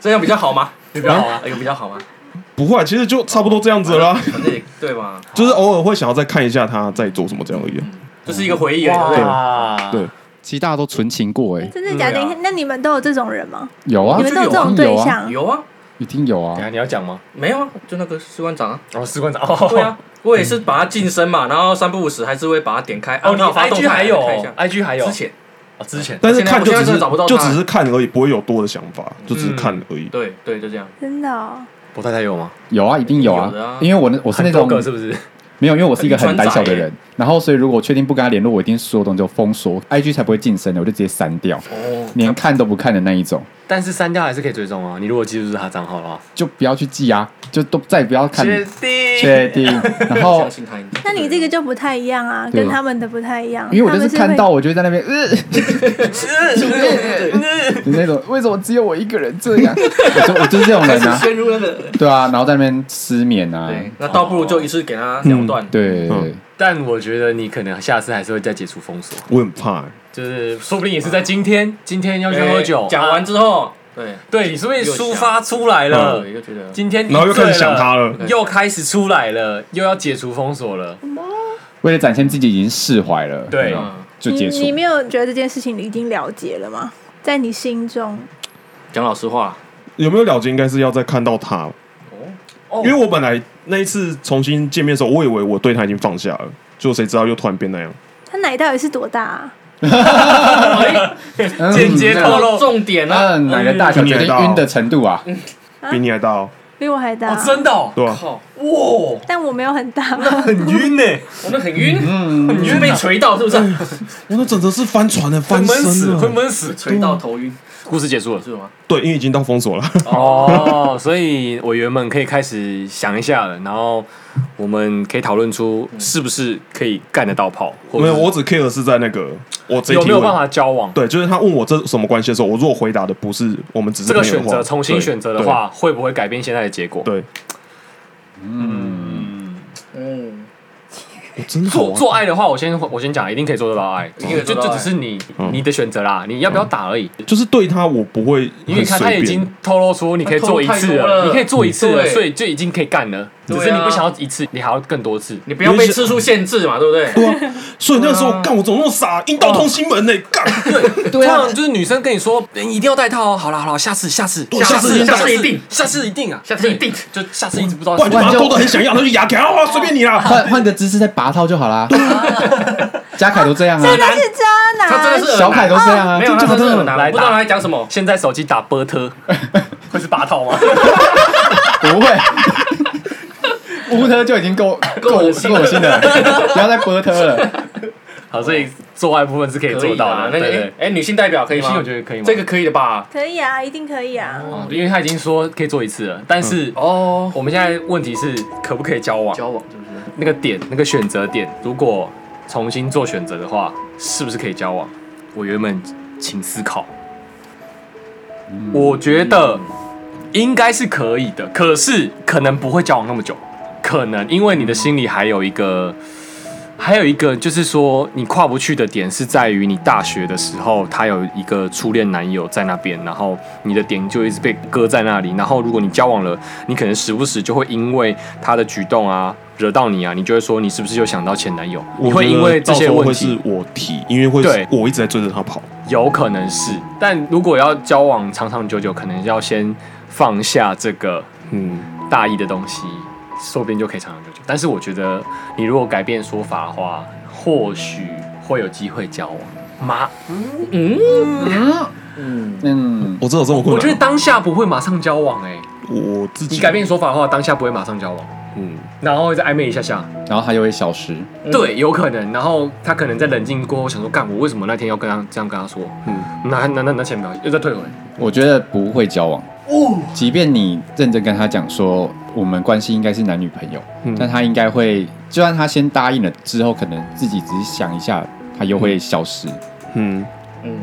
S9: 这样比较好吗？有比
S1: 较好吗
S9: 有比较好吗？
S2: 不会，啊其实就差不多这样子啦，
S9: 反正也对嘛，
S2: 就是偶尔会想要再看一下他在做什么这样而已。啊
S9: 这是一个回忆而已，对不对？
S1: 哇，
S2: 对，
S4: 其实大家都纯情过哎，
S3: 真的假的？
S1: 对啊
S3: 那你们都有这种人吗？
S4: 有啊，
S3: 你们都有这种
S4: 一定
S3: 对
S4: 有啊，
S3: 象？
S9: 有啊，
S4: 一定有
S1: 等一
S4: 啊
S1: 下，你要讲吗？
S9: 没有啊，就那个士官长啊，
S1: 哦，士官长，
S9: 对啊，我也是把他晋升嘛，然后三不五时还是会把他点开，
S1: 哦，
S9: 啊
S1: 你
S9: 他有发动
S1: IG
S9: 态
S1: 还有
S9: 看一下哎
S1: ，IG 还有，
S9: 之前
S1: 哦之前
S2: 但是看就只
S9: 我现在
S2: 是
S9: 真的找不到他嗯
S2: 就只是看而已，不会有多的想法，就只是看而已。
S9: 对对就这样，
S3: 真的哦，
S1: 我太太有吗？
S4: 有啊，一定有啊
S9: 有的啊，
S4: 因为我那我是那
S1: 很多
S4: 种
S1: 个是不是？
S4: 没有，因为我是一个很胆小的
S9: 很
S4: 人，然后所以如果我确定不跟他联络，我一定所有东西都封锁，IG 才不会晋升的，我就直接删掉，
S9: 哦
S4: 连看都不看的那一种，
S1: 但是删掉还是可以追踪啊。你如果记住是他账号的话，
S4: 就不要去记啊，就都再也不要看，
S1: 定
S4: 确定。然后
S9: 相信他一点。
S3: 那你这个就不太一样啊，
S4: 对
S3: 跟他们的不太一样。
S4: 因为我
S3: 他
S4: 就是
S3: 们是
S4: 看
S3: 会
S4: 到，我就会在那边， 呃，就那种为什么只有我一个人这样？ 我就我 就是这种人啊，
S9: 陷入那个
S4: 对啊，然后在那边失眠啊，
S9: 对，那倒不如就一次给他两段，
S4: 对，
S2: 嗯
S1: 但我觉得你可能下次还是会再解除封锁，
S2: 我很怕欸，
S1: 就是说不定也是在今天，今天要去
S9: 哎
S1: 喝酒，
S9: 讲
S1: 啊，
S9: 完之后，对
S1: 对你说不定
S9: 又想
S1: 抒发出来了
S9: 对，，又觉得
S1: 嗯今天你
S2: 然后又开
S1: 醉
S2: 始想他了。
S1: 又开始出来了，又要解除封锁了。
S4: 为了展现自己已经释怀了，
S1: 对
S9: 嗯，
S4: 就
S3: 你
S4: 解除
S3: 你。没有觉得这件事情你已经了解了吗？在你心中，
S9: 讲老实话，
S2: 有没有了解？应该是要再看到他，
S1: 哦
S2: 因为我本来那一次重新见面的时候，我以为我对他已经放下了，就谁知道又突然变那样。
S3: 他奶到底是多大、啊？
S4: 嗯
S1: 间接透露
S9: 重点啊呢，
S4: 那奶嗯的大小决定晕的程度啊，
S2: 比你还大哦，
S3: 比我还大、
S1: 哦，真的、哦，
S2: 对吧？
S9: 靠，
S1: 哇，
S3: 但我没有很大。
S1: 很晕呢、
S9: 我们很晕，很晕被锤到是不是？
S1: 嗯
S2: 我那整个是翻船的，
S1: 会
S2: 翻
S1: 闷死，
S2: 身
S1: 会
S2: 了。
S1: 闷死。
S9: 锤到头晕
S1: 故事结束了。
S9: 是吗？
S2: 对，因为已经到封锁了。
S1: 哦，所以委员们可以开始想一下了，然后
S6: 我们可以讨论出是不是可以干得到炮，或
S2: 没
S6: 者
S2: 有，
S6: 是
S2: 我只 care 是在那个我这一
S1: 有
S2: 题
S1: 没有
S2: 问
S1: 办法交往？
S2: 对，就是他问我这什么关系的时候，我如果回答的不是我们只是
S1: 这个
S2: 朋
S1: 选
S2: 友的
S1: 择
S2: 话
S1: 重新选择的，话，会不会改变现在的结果？
S2: 对，对
S9: 嗯，
S2: 我真的好
S1: 做
S2: 啊玩
S1: 做爱的话，我先我先讲，一定可以做得到爱，
S9: 定可以
S1: 就
S9: 做到
S1: 这
S9: 爱
S1: 只是你
S2: 哦嗯
S1: 你的选择啦，你要不要打而已。
S2: 就是对他我不会
S1: 因为
S2: 很
S1: 你看他
S2: 随
S1: 已
S2: 便
S1: 经，透露出你可以做一次
S9: 他透露太多了
S1: 你可以做一
S2: 嗯
S1: 次了，
S9: 对
S1: 所以就已经可以干了。只
S9: 对啊
S1: 是你不想要一次，你还要更多次。
S9: 你不要被次数限制嘛，对不对？
S2: 对啊，所以那时候干我怎么那么傻，阴道通心门呢？干，
S1: 对啊，就是女生跟你说嗯一定要戴套哦，好了好了，下次下次
S2: 对下次
S1: 下
S9: 下次一定
S1: 下次一定啊，
S9: 下次一定
S1: 对就下次一直不知道
S2: 不然就把
S4: 不
S2: 他
S4: 然就
S2: 多的很想要，他就牙给他，哦哇随便你啦。
S4: 换换个姿势再拔套就好啦。 嘉凯都这样啊，
S3: 真的是渣男，
S9: 他真的是
S4: 小凯都这样啊，
S9: 没有，他
S4: 真
S9: 真的
S4: 的
S9: 很难，我不知道他在讲什么。
S1: 现在手机打波特会是拔套吗？
S4: 不会。乌特就已经 够够
S9: 恶心
S4: 够恶心的，不要再波特了。
S1: 好，所以做爱部分是可以
S9: 可
S1: 做
S9: 以
S1: 到的
S9: 的，。那
S1: 对
S9: 个
S1: 对
S9: 哎，哎女性代表可以
S1: 女性
S9: 吗？
S1: 我觉得可以吗
S9: 这个可以的吧？
S3: 可以啊，一定可以啊。
S1: 哦因为他已经说可以做一次了，但是
S9: 哦，
S1: 我们现在问题是可不可以交往？
S9: 交往是不是？
S1: 那个点，那个选择点，如果重新做选择的话，是不是可以交往？
S6: 我原本请思考，
S2: 嗯
S1: 我觉得应该是可以的，可是可能不会交往那么久，可能因为你的心里还有一个，还有一个就是说你跨不去的点是在于你大学的时候，他有一个初恋男友在那边，然后你的点就一直被搁在那里，然后如果你交往了，你可能时不时就会因为他的举动啊惹到你啊，你就会说你是不是又想到前男友？你会因为这些
S2: 我觉得到时候
S1: 问
S2: 会
S1: 题
S2: 是我提，因为会
S1: 对
S2: 我一直在追着他跑。
S1: 有可能是，但如果要交往长长久久，可能要先放下这个
S2: 嗯，
S1: 大意的东西，说不定就可以长长久久。但是我觉得，你如果改变说法的话，或许会有机会交往。马，
S4: 嗯，
S2: 我知道这么困难。
S1: 我觉得当下不会马上交往、欸，
S2: 我自己
S1: 你改变说法的话，当下不会马上交往，
S2: 嗯，
S1: 然后再暧昧一下下，
S4: 然后他又会消失，
S1: 对，有可能。然后他可能在冷静过后想说，干我为什么那天要跟他这样跟他说？嗯
S2: 嗯，
S1: 那那那那前表又再退回，
S4: 我觉得不会交往。
S9: 哦
S4: 即便你认真跟他讲说我们关系应该是男女朋友，
S2: 嗯
S4: 但他应该会，就算他先答应了，之后可能自己只是想一下，他又会消失。
S2: 嗯，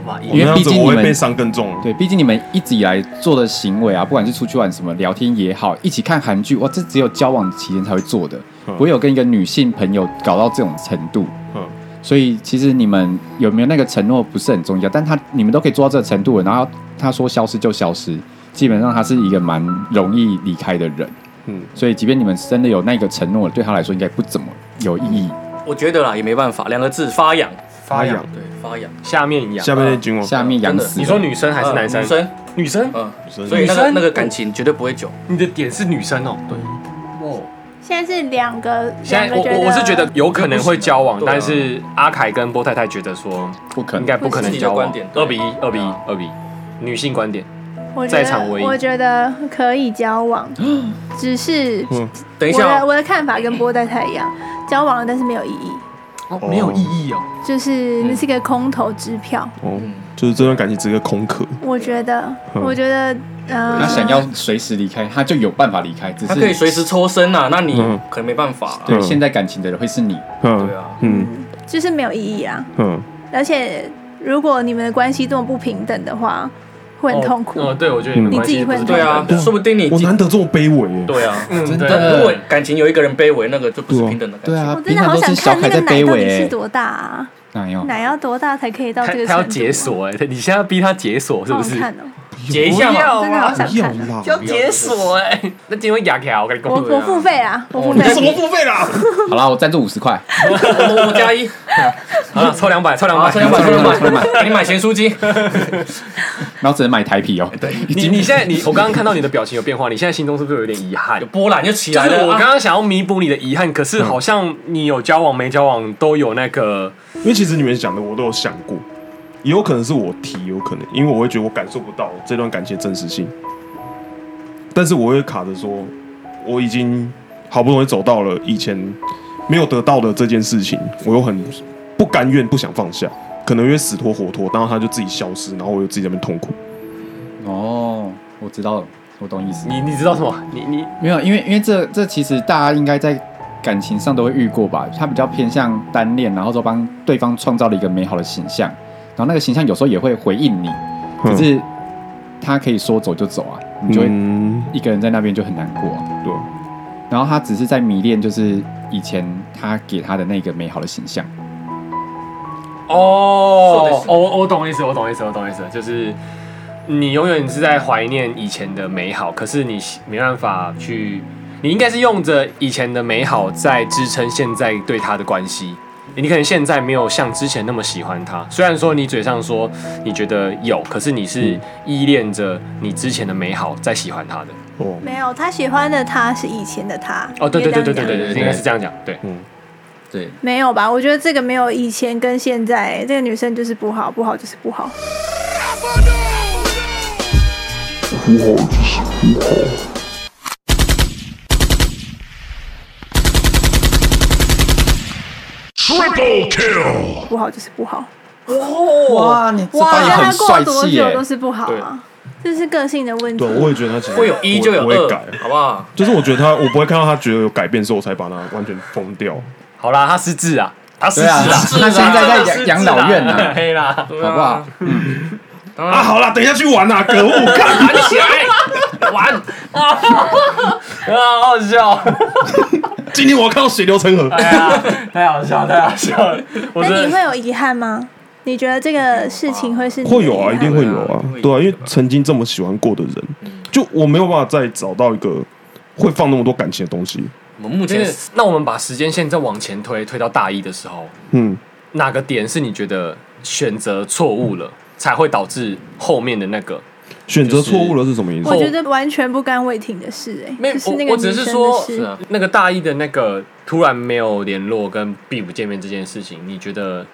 S1: 哇，
S2: 我
S4: 因
S2: 那
S4: 为
S2: 样
S4: 毕
S2: 子
S4: 竟你
S2: 我会
S4: 们
S2: 被伤更重。
S4: 对，毕竟你们一直以来做的行为啊，不管是出去玩什么、聊天也好，一起看韩剧，哇，这只有交往期间才会做的，
S2: 嗯
S4: 不会有跟一个女性朋友搞到这种程度。
S2: 嗯
S4: 所以其实你们有没有那个承诺不是很重要，但他你们都可以做到这个程度了，然后他说消失就消失，基本上他是一个蛮容易离开的人。
S2: 嗯
S4: 所以即便你们真的有那个承诺，对他来说应该不怎么有意义。
S9: 我觉得啦，也没办法，两个字发痒，嗯
S1: 发痒，
S9: 对，发痒。
S1: 下面痒。
S2: 下面那君王
S4: 下面哦养
S9: 嗯真的
S4: 死
S1: 你
S4: 了
S1: 说女生还是男生？
S9: 呃女生，
S1: 女生，
S9: 嗯，
S2: 生
S9: 所以那
S1: 女
S9: 个
S1: 生
S9: 那个感情绝对不会久。
S1: 你的点是女生哦。对，哇，
S3: 现在是两个，
S1: 现在
S3: 两
S1: 我
S3: 个
S1: 我我是觉得有可能会交往，
S9: 对啊
S1: 但是阿凯跟波太太觉得说
S4: 不可
S1: 应
S4: 能，
S1: 该不可能交往
S9: 不是自己的观点。对
S1: 二比一，二比
S9: 对
S1: 一
S9: 啊，
S1: 二比一，女性观点。
S3: 我觉
S1: 在
S3: 得
S1: 场唯一
S3: 我觉得可以 交往，只是
S2: 嗯
S9: 等一
S3: 我
S9: 下
S3: 的
S9: 哦，
S3: 我的看法跟波太太一样，交往了但是没有意义，
S1: 哦，没有意义哦。
S3: 就是那是一个空头支票。
S1: 嗯
S2: 哦，就是这段感情只是个空壳。
S3: 我觉得，
S2: 嗯
S3: 我觉得，呃，
S4: 他想要随时离开，他就有办法离开，只
S9: 他可
S4: 是
S9: 以随时抽身啊，那你
S2: 嗯
S9: 可能没办法啊啦。
S4: 对
S2: 嗯
S4: 现在感情的人会是你。
S2: 嗯，
S9: 对啊
S2: 嗯
S3: 就是没有意义啊。
S2: 嗯，
S3: 而且，如果你们的关系这么不平等的话，会很痛苦。
S1: 哦哦，对，我觉得你们
S2: 嗯
S1: 关系不是
S3: 你自己会
S9: 对啊
S1: 平等，的
S9: 说不定你
S2: 我难得这么卑微。
S9: 对啊，
S1: 嗯，
S4: 真
S1: 对
S4: 的
S9: 如果感情有一个人卑微，那个就不是平等的感情。
S4: 对啊，
S3: 我真
S4: 平
S3: 的
S4: 常
S3: 好
S4: 都
S3: 想
S4: 是小
S3: 看那
S4: 凯
S3: 个
S4: 在
S3: 奶
S4: 卑
S3: 到
S4: 微
S3: 底
S4: 欸、
S3: 是多大啊？
S4: 哪有？
S3: 奶要多大才可以到
S1: 他
S3: 这个程度？
S1: 他
S3: 啊
S1: 要解，锁哎，你现在逼他解锁是
S3: 好
S1: 不
S3: 好
S1: 是？
S3: 看哦，
S9: 结一下
S1: 不
S9: 嘛，
S1: 要
S3: 真的好
S1: 啊，
S3: 想
S2: 要
S3: 看。哦
S2: 啦，
S1: 要解锁哎，那今天会牙起来，我跟你
S3: 我
S1: 讲。
S3: 我付费啊，我付
S9: 你
S3: 费。
S2: 什么付费啦？
S4: 好啦，我赞助五十块，
S9: 我我我加一，
S1: 好了，抽两百，抽两
S9: 好，
S1: 百，
S9: 啊抽两百，抽两百，
S4: 抽两百
S9: 给你买咸酥鸡。
S4: 然后只能买台啤哦、对，已
S1: 你
S4: 经
S1: 你现在你我刚刚看到你的表情有变化，你现在心中是不是有点遗憾
S9: 有？波澜就起
S1: 就
S9: 来
S1: 是
S9: 了。
S1: 我
S9: 啊
S1: 刚刚想要弥补你的遗憾，可是好像你有交往没交往都有那个，
S2: 因为其实你们讲的我都有想过，也有可能是我提，有可能因为我会觉得我感受不到这段感情的真实性，但是我会卡着说，我已经好不容易走到了以前没有得到的这件事情，我又很不甘愿，不想放下，可能因为死拖活拖，然后他就自己消失，然后我又自己在那边痛苦。
S4: 哦，我知道了，我懂意思。啊
S1: 你你知道什么？你你
S4: 没有，因为因为这这其实大家应该在感情上都会遇过吧，他比较偏向单恋，然后都帮对方创造了一个美好的形象，然后那个形象有时候也会回应你，可是他可以说走就走啊，你就会
S2: 嗯，
S4: 一个人在那边就很难过啊、
S2: 对，
S4: 然后他只是在迷恋，就是以前他给他的那个美好的形象。
S9: そうで
S1: 哦，
S9: す
S1: 我我懂意思，我懂意思，我懂意思，就是你永远是在怀念以前的美好，可是你没办法去，你应该是用着以前的美好在支撑现在对他的关系。你可能现在没有像之前那么喜欢他，虽然说你嘴上说你觉得有，可是你是依恋着你之前的美好在喜欢他的。
S2: 哦，
S3: 没有，他喜欢的他是以前的他。
S1: 哦，对对对对对对
S3: 应该这样讲
S1: 对，应该是这样讲，对。
S4: 对，
S3: 没有吧？我觉得这个没有以前跟现在，欸这个女生就是不好，不好就是不好。不好就是不好，
S4: 哇，你这
S3: 不
S4: 发
S3: 好就
S4: 言
S3: 是不好。
S4: 很
S3: 他过
S4: 帅
S3: 多
S4: 气欸
S3: 久
S4: 耶
S3: 都！是不好啊，这是个性的问题
S2: 对，。啊我也觉得他其实
S9: 会有一就有
S2: 我不会改
S9: 二，，好不好？
S2: 就是我觉得他，我不会看到他觉得有改变，所以我才把他完全封掉。
S1: 好啦，他失智啊，他失
S4: 对
S1: 智
S4: 啊，
S1: 啊，
S4: 他现在在
S1: 失智啦
S4: 养养老 院呢，
S1: 黑啦。
S9: 对啊
S4: 好不好？？
S9: 当
S2: 啊，
S9: 然，
S2: 好啦，等一下去玩啦，可恶，看
S9: 啊
S1: 玩起来，玩啊，好好笑，
S2: 今天我要看到血流成河。
S1: 哎呀，太好笑，太好笑了，我
S3: 那
S1: 真
S3: 你
S1: 的
S3: 会有遗憾吗？你觉得这个事情会是你的
S2: 会有啊，
S3: 遗
S2: 一
S3: 憾
S2: 定
S3: 吗
S2: 会有啊，
S1: 哎
S2: 对啊，因为曾经这么喜欢过的人，就我没有办法再找到一个会放那么多感情的东西。
S9: 我们目前
S1: 就是那我们把时间线再往前推，推到大一的时候，
S2: 嗯，
S1: 哪个点是你觉得选择错误了，才会导致后面的那个？
S2: 选择错误了是什么意思
S3: 我？觉得完全不干魏婷的事、哎，
S1: 没有
S3: 就是
S1: 我
S3: 那个
S1: 我只是
S3: 女生的
S1: 说
S3: 事
S9: 是啊，
S1: 那个大一的那个突然没有联络跟并不见面这件事情，你觉得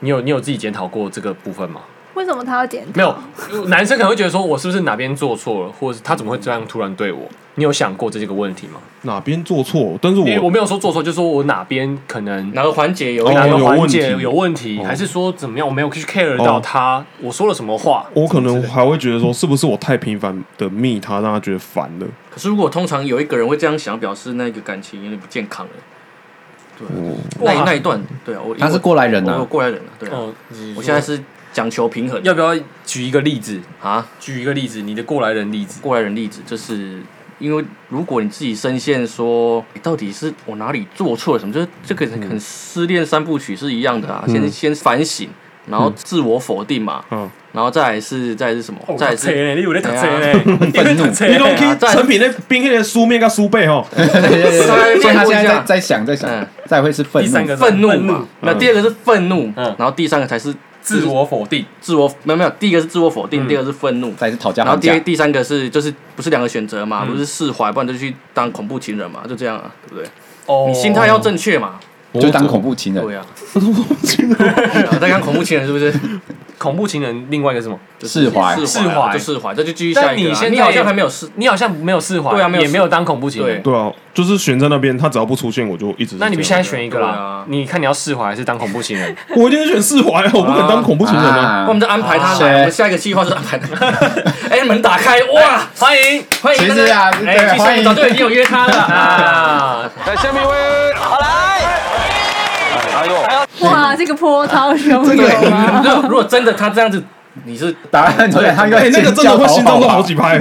S1: 你有你有自己检讨过这个部分吗？
S3: 为什么她要检讨？
S1: 没有，男生可能会觉得说我是不是哪边做错了，或者是他怎么会这样突然对我？你有想过这个问题吗？
S2: 哪边做错？但是
S1: 因为我
S2: 我
S1: 没有说做错，就是说我哪边可能
S9: 哪个环节有
S2: 哦
S1: 哪个
S2: 有
S1: 环
S2: 问
S1: 节
S2: 题哦
S1: 有问题，还是说怎么样，我没有去 care 到他，我说了什么话？
S2: 我可能还会觉得说，是不是我太频繁的密他，让他觉得烦了？
S9: 可是如果通常有一个人会这样想，表示那个感情有点不健康了。对啊，那一
S1: 哇
S9: 那一段，对啊，我
S4: 嗯他是过来人
S9: 我
S4: 呐
S9: 有，过来人啊，对啊，
S1: 哦，你
S9: 我
S1: 说
S9: 现在是讲求平衡
S1: 要不要举一个例子？
S9: 啊，
S1: 举一个例子，你的过来人例子。
S9: 过来人例子，就是因为如果你自己深陷说，诶到底是我哪里做错了什么，就是这个
S4: 嗯
S9: 很失恋三部曲是一样的啊，先先反省，然后自我否定嘛，
S2: 嗯，
S9: 然后再来是再来是什么，哦再来
S1: 读册
S9: 是
S1: 哦呢你有在读册
S9: 哎
S1: 呢？ 你哎有在哎读册呢
S2: 你都
S9: 啊
S2: 去
S9: 再
S2: 成品那冰黑的书面跟书背哦哈，
S4: 对对对对
S9: 稍微
S4: 对所以他现在
S9: 面
S4: 在
S9: 过一下啊
S4: 在想在想
S9: 嗯，
S4: 再会是愤
S1: 第三
S4: 怒
S1: 个，
S9: 愤怒
S1: 愤
S9: 嘛
S1: 怒，
S9: 那第二个是愤怒，
S1: 嗯
S9: 然后第三个才是
S1: 自我否定。
S9: 自我没有没有，第一个是自我否定，第二个是愤怒，
S4: 再是讨价
S9: 然后
S4: 还
S9: 第
S4: 价。
S9: 第三个是就是不是两个选择嘛，
S1: 嗯
S9: 不是释怀，不然就去当恐怖情人嘛，就这样啊，对不对？
S1: 哦
S9: 你心态要正确嘛，
S4: 就当恐怖情人，
S9: 对啊，对啊在当恐怖情人是不 是？
S1: 恐怖情人，另外一个是什么？
S4: 释怀
S9: 释
S1: 释
S9: 怀
S1: 怀嗯
S9: 就释怀，这就继续下
S1: 但
S9: 一
S1: 你
S9: 个啊。
S1: 现
S9: 你
S1: 在
S9: 好像还没有释，
S1: 你好像没有释怀，
S9: 对啊没有
S1: 也没有当恐怖情人
S9: 对。
S2: 对啊，就是悬在那边，他只要不出现，我就一直是
S1: 那你们
S2: 这
S1: 现
S2: 样
S1: 在选一个
S9: 对
S1: 啦
S9: 啊，
S1: 你看你要释怀还是当恐怖情人？
S2: 我一定是选释怀，我不能当恐怖情人啊！
S9: 那我们就安排他
S4: 谁
S9: 来，我们下一个计划就是安排他。哎，门打开，哇，
S1: 欢迎
S9: 欢迎
S4: 其
S9: 大
S4: 实
S9: 家！
S4: 啊，
S9: 哎，
S4: 对，
S9: 其实我
S4: 欢
S9: 们
S4: 迎
S9: 早就已经有约他了啊。
S1: 啊！
S2: 哎
S1: 嗯
S3: 哇，这个波涛 汹
S4: 这个
S3: 涌啊！
S9: 如果如果真的他这样子，你是
S4: 答案对，他应该
S2: 哎，那个真的会心脏都好几
S1: 啊
S2: 拍，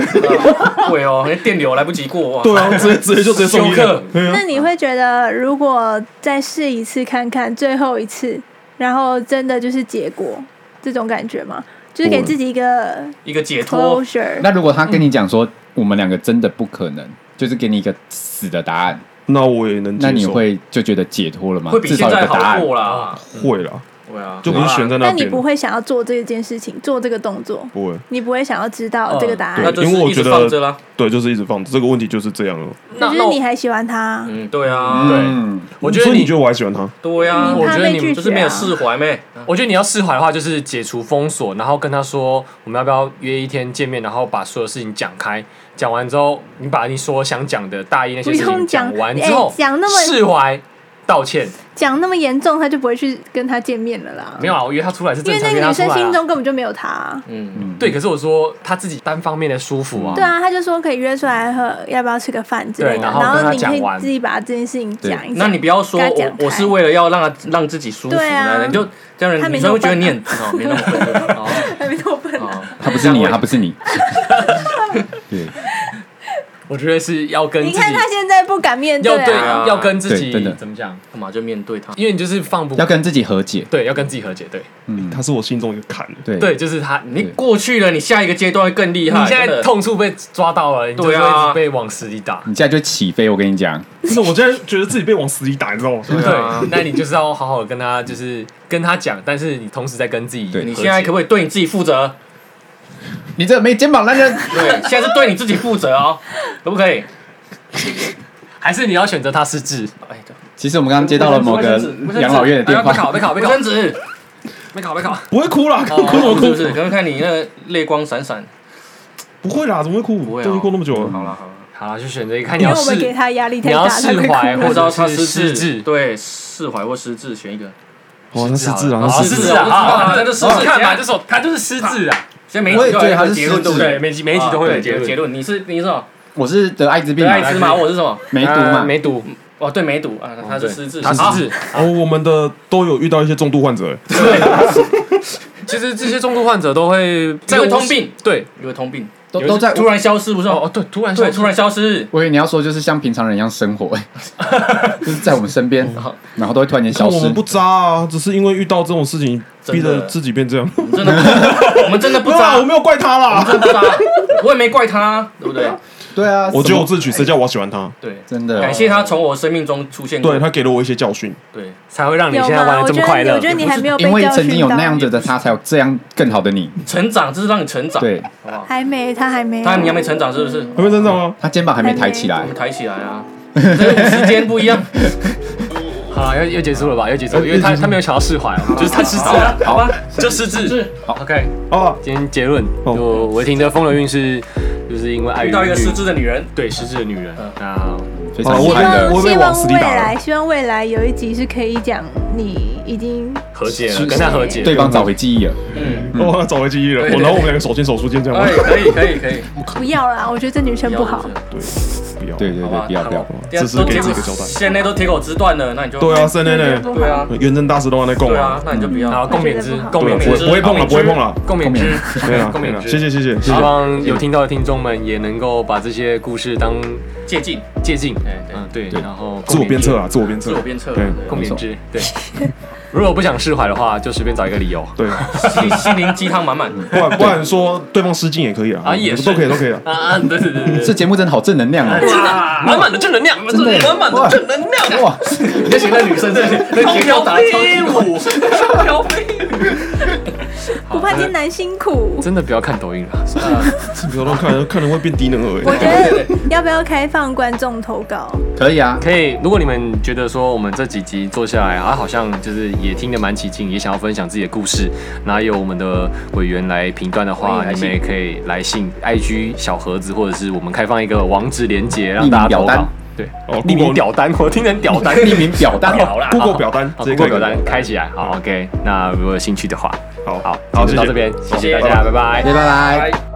S9: 会哦，那电流来不及过 哇。
S2: 对啊，直接直接就直接送医
S9: 休
S2: 院
S9: 克。
S2: 对啊
S3: 那你会觉得，如果再试一次看看，最后一次，然后真的就是结果这种感觉吗？就是给自己一个
S9: 一个解脱，
S3: closure。
S4: 那如果他跟你讲说，我们两个真的不可能，就是给你一个死的答案，
S2: 那我也能接受，
S4: 那你会就觉得解脱了吗
S9: 会？比
S4: 至少
S9: 现
S4: 有
S9: 在
S4: 个答
S9: 好
S4: 案
S9: 过。啦。
S2: 会啦，
S9: 对啊，
S2: 就不是悬在
S3: 那
S2: 那
S3: 你
S2: 边，
S3: 不会想要做这件事情，做这个动作，
S2: 不会，
S3: 你不会想要知道呃这个答案
S9: 那，就是
S2: 因为我
S9: 一直
S2: 觉得
S9: 放着啦。
S2: 对，就是一直放这个问题就是这样了。
S3: 那
S1: 那
S3: 就
S1: 那
S3: 是
S1: 我
S3: 你还喜欢他，
S9: 嗯，对啊，
S4: 嗯，
S1: 我觉得
S2: 所以
S1: 你
S2: 你觉得我还喜欢他？
S9: 对啊，
S3: 你
S9: 我
S3: 怕
S9: 觉得
S3: 被
S9: 你们
S3: 拒
S9: 就是
S3: 绝
S9: 没有
S3: 啊
S9: 释怀没。
S1: 我觉得你要释怀的话，就是解除封锁，然后跟他说我们要不要约一天见面，然后把所有事情讲开。讲完之后，你把你所想讲的大意那些事
S3: 不
S1: 情
S3: 用讲
S1: 完
S3: 哎
S1: 之后，
S3: 讲那么
S1: 释怀、道歉，
S3: 讲那么严重，他就不会去跟他见面了啦。
S1: 没有啊，我约他出来是
S3: 因
S1: 正
S3: 为
S1: 常，约
S3: 那个
S1: 他
S3: 女
S1: 出来
S3: 生
S1: 啊
S3: 心中根本就没有他啊、
S9: 嗯，
S4: 嗯，
S1: 对，可是我说他自己单方面的舒服啊。
S3: 对啊，他就说可以约出来喝，要不要吃个饭之类
S1: 对
S3: 的。
S1: 然
S3: 然
S1: 后跟他
S3: 你
S1: 讲
S3: 可以
S1: 完
S3: 自己把这件事情
S4: 对
S3: 讲一下。
S9: 那你不要说
S3: 跟他讲
S9: 我我是
S3: 开
S9: 为了要让他让自己舒服
S3: 对啊
S9: 呢，你就这样
S3: 他
S9: 人
S3: 没
S9: 女生会
S3: 那
S9: 觉得
S3: 么
S9: 你很哦没那么笨对哦
S3: 还没那么笨啊。
S9: 哦，
S4: 他不是你啊，他
S9: 这样会
S4: 不是 你。对，
S1: 我觉得是要跟
S3: 你
S1: 自己
S3: 看他现在不敢面
S1: 要
S3: 对啊，
S9: 啊
S1: 要跟自己
S4: 对真的
S1: 怎么讲？
S9: 干嘛就面对他？
S1: 因为你就是放不
S4: 要跟自己和解。
S1: 对，要跟自己和解。对
S4: 嗯，
S2: 他是我心中一个坎。
S4: 对
S1: 对，就是他，
S9: 你
S1: 你
S4: 对
S9: 过去了，你下一个阶段会更厉害。
S1: 你现
S9: 真
S1: 在
S9: 的
S1: 痛处被抓到了，你就会
S9: 对啊
S1: 一直被往死里打。
S4: 你现在就起飞，我跟你讲，
S2: 真的，我现在觉得自己被往死里打，你知道吗？
S9: 对啊
S1: 对，那你就是要好好跟他，就是跟他讲，但是你同时在跟自己和解。
S4: 对
S9: 你现在可不可以对你自己负责？
S4: 你这没肩膀男人，
S9: 对，现在是对你自己负责哦，可不可以？
S1: 还是你要选择他失智？
S9: 哎，对
S4: 其实我们刚刚接到了某个养老院的电
S1: 哎呀
S4: 话，
S1: 被考被
S9: 卫
S1: 考
S9: 生纸，
S1: 没考没考，
S2: 不会哭啦， 哭哭什么
S9: 哦是不是？
S2: 哭？
S9: 刚刚看你那个泪光闪闪，
S2: 不会啦，怎么会哭？
S9: 不会啊
S2: 都已经过那么久了，
S9: 好了好了，
S1: 好了，就选择一个看你
S3: 因为
S1: 要
S3: 我们
S1: 释，
S3: 给他压力
S1: 你
S3: 太
S1: 要
S3: 大，他
S1: 释
S3: 会
S1: 怀，
S3: 哭
S1: 或
S9: 不知
S1: 者
S9: 道他
S1: 是
S9: 失
S1: 智。
S9: 对，释怀或失智，选一个。
S2: 哇，他失智
S1: 好了
S2: 啊，他
S1: 好
S2: 失
S1: 失
S2: 智
S1: 智
S9: 啊
S1: 啊！
S9: 我知道
S1: 啊，
S9: 他
S1: 这
S9: 就
S1: 就
S9: 失
S1: 失
S9: 智
S1: 智，看
S9: 现在
S1: 嘛，就说他就是失智啊。
S9: 现在每一
S4: 我
S9: 集
S4: 也
S9: 都
S4: 觉得
S9: 有
S4: 他是
S9: 结论，
S4: 失
S9: 对
S4: 智
S9: 不
S1: 对，
S9: 对？
S1: 每集每一集都会有
S9: 啊
S1: 结
S9: 对结
S1: 论。
S9: 论。你是你是什么？
S4: 我是得艾滋病
S9: 得
S4: 嘛，
S9: 艾滋嘛？我是什么？
S4: 梅毒
S1: 啊
S4: 嘛，
S1: 梅毒，
S9: 哦，对，梅毒啊，他是失智，
S1: 他失智。
S2: 哦，我们的都有遇到一些重度患者，哎
S9: 啊
S1: 其实这些重度患者都会
S9: 这个通病，
S1: 对，
S9: 有个通病，
S4: 都都在。
S9: 突然消失，不是吗？
S1: 哦哦，对，突然
S9: 对，突然消失，
S4: 我以为你要说就是像平常人一样生活，就是在我们身边，然后都会突然间消
S2: 看我
S4: 失
S2: 们。不渣啊，只是因为遇到这种事情，
S9: 真的
S2: 逼着自己变这 样。
S9: 我们真的，我们真的
S2: 不
S9: 不
S2: 啦，
S9: 渣，
S2: 我没有怪他啦，
S9: 真的不渣，我也没怪他，对不对？
S4: 对啊，
S2: 我觉得我
S4: 什
S2: 自
S4: 么
S2: 己，谁叫我喜欢他？
S9: 对，
S4: 真的
S9: 感谢他从我生命中出现过。
S2: 对他给了我一些教训，
S9: 对，
S1: 才会让你
S3: 有
S1: 现在
S3: 吗？
S1: 玩
S3: 我
S1: 的
S3: 觉
S1: 这么快
S3: 得
S1: 乐
S3: 我觉。得你还没有被
S4: 因为
S3: 教
S4: 曾经
S3: 训
S4: 有
S3: 到，
S4: 那样子的他，才有这样更好的你。
S9: 成长，这是让你成长，，
S4: 对
S9: 好不好？
S3: 还没，他还
S1: 嗯
S3: 没，
S9: 他你还没成长是不是？
S2: 还没成长吗？
S4: 他肩膀还没抬起
S9: 我
S4: 来
S9: 们，抬起来啊，这个时间不一样，
S1: 好了，又又结束了吧？又结束了，因为他他没有想要释怀，就是 他啊失智
S9: 好吧
S1: 了，，
S9: 好吧，啊
S1: 就失智。OK，
S2: 啊，
S1: 今天结论，
S2: 哦
S1: 就维婷的风流韵是，就是因为爱
S9: 遇
S1: 与
S9: 到一个
S1: 女
S9: 失智的女人，
S1: 对失智的女人
S9: 嗯。
S1: 那
S4: 非
S2: 啊
S4: 常
S2: 我
S4: 遗
S3: 希
S4: 憾
S2: 觉得
S4: 的
S2: 我
S3: 望
S2: 会被
S3: 希
S2: 往死
S3: 望
S2: 里
S3: 未
S2: 打的
S3: 来，希望未来有一集是可以讲你已经
S1: 和解了，
S4: 是
S1: 跟他和解。
S4: 对方找回记忆了。
S9: 嗯，
S2: 我要找回记忆了。
S9: 对
S2: 我然后我们两个手牵手出现这
S1: 嗯
S2: 样吗
S9: 哎，？可以可以可以，
S3: 不要啦，我觉得这女生不好。
S2: 不要，
S4: 对对
S9: 好
S4: 对
S9: 吧，，
S4: 不要不要，
S2: 这是给自己一个交代
S9: 现在都铁口直断了，那你就
S2: 对啊，，三年呢，
S9: 对啊，
S2: 元正大师都还在供
S9: 对
S2: 啊
S9: 啊，，那你就不
S1: 然后
S9: 要，
S1: 共勉之
S3: 我觉得
S1: 共勉
S2: 对啊，
S3: 不好，
S1: 之
S2: 不会不会碰了，不会碰了。
S1: 共勉之，
S2: 对啊，
S1: 共
S2: 对
S1: 勉
S2: 啊
S1: 之。
S2: 谢谢谢谢谢
S1: 希
S2: 谢。
S1: 望有听到的听众们也能够把这些故事当
S9: 借镜，
S1: 借鉴。
S9: 哎对
S1: 嗯，对，然后
S2: 自我鞭策啊，自我鞭
S9: 自
S2: 策
S9: 我，鞭策，
S2: 对
S1: 共
S9: 对
S1: 勉之。对， 如果不想释怀的话，就随便找一个理由。
S2: 对，啊
S9: 心心灵鸡汤满满，
S2: 不然不然说对方失禁也可以啊，
S1: 啊也是
S2: 都可以都可以啊。
S1: 啊啊，对对对对
S4: 这节目真的好正能量哦，
S1: 满满的正能量，
S4: 真的耶
S1: 满满的正能量，
S4: 哇，
S9: 那行，那女生这
S1: 双飘飞舞，双 飘飞舞。
S3: 不怕艰难辛苦。
S1: 真的不要看抖音了，
S2: 不要乱看，看了会变低能儿。欸
S3: 我觉得要不要开放观众投稿？
S4: 可以啊，
S1: 可以。如果你们觉得说我们这几集做下来啊，好像就是也听得蛮起劲，也想要分享自己的故事，然后有我们的委员来评断的话，
S9: 欢迎来
S1: 你
S9: 信
S1: 们也可以来信 IG 小盒子，或者是我们开放一个网址连接让
S4: 匿名
S1: 大家投
S4: 表单
S1: 稿。对，
S2: 哦
S1: 匿名
S2: Google-
S1: 表单，我听成表单，
S4: 匿名表单，
S1: 表啦
S2: Google 表单
S1: 好
S2: 直接
S1: Google
S2: 开
S1: 表单开起来。好，OK。那如果有兴趣的话，
S2: 好
S1: 好，
S2: 好，
S1: 今天
S2: 谢谢
S1: 到这边，谢
S9: 谢
S1: 谢大家，拜拜
S4: 拜。拜。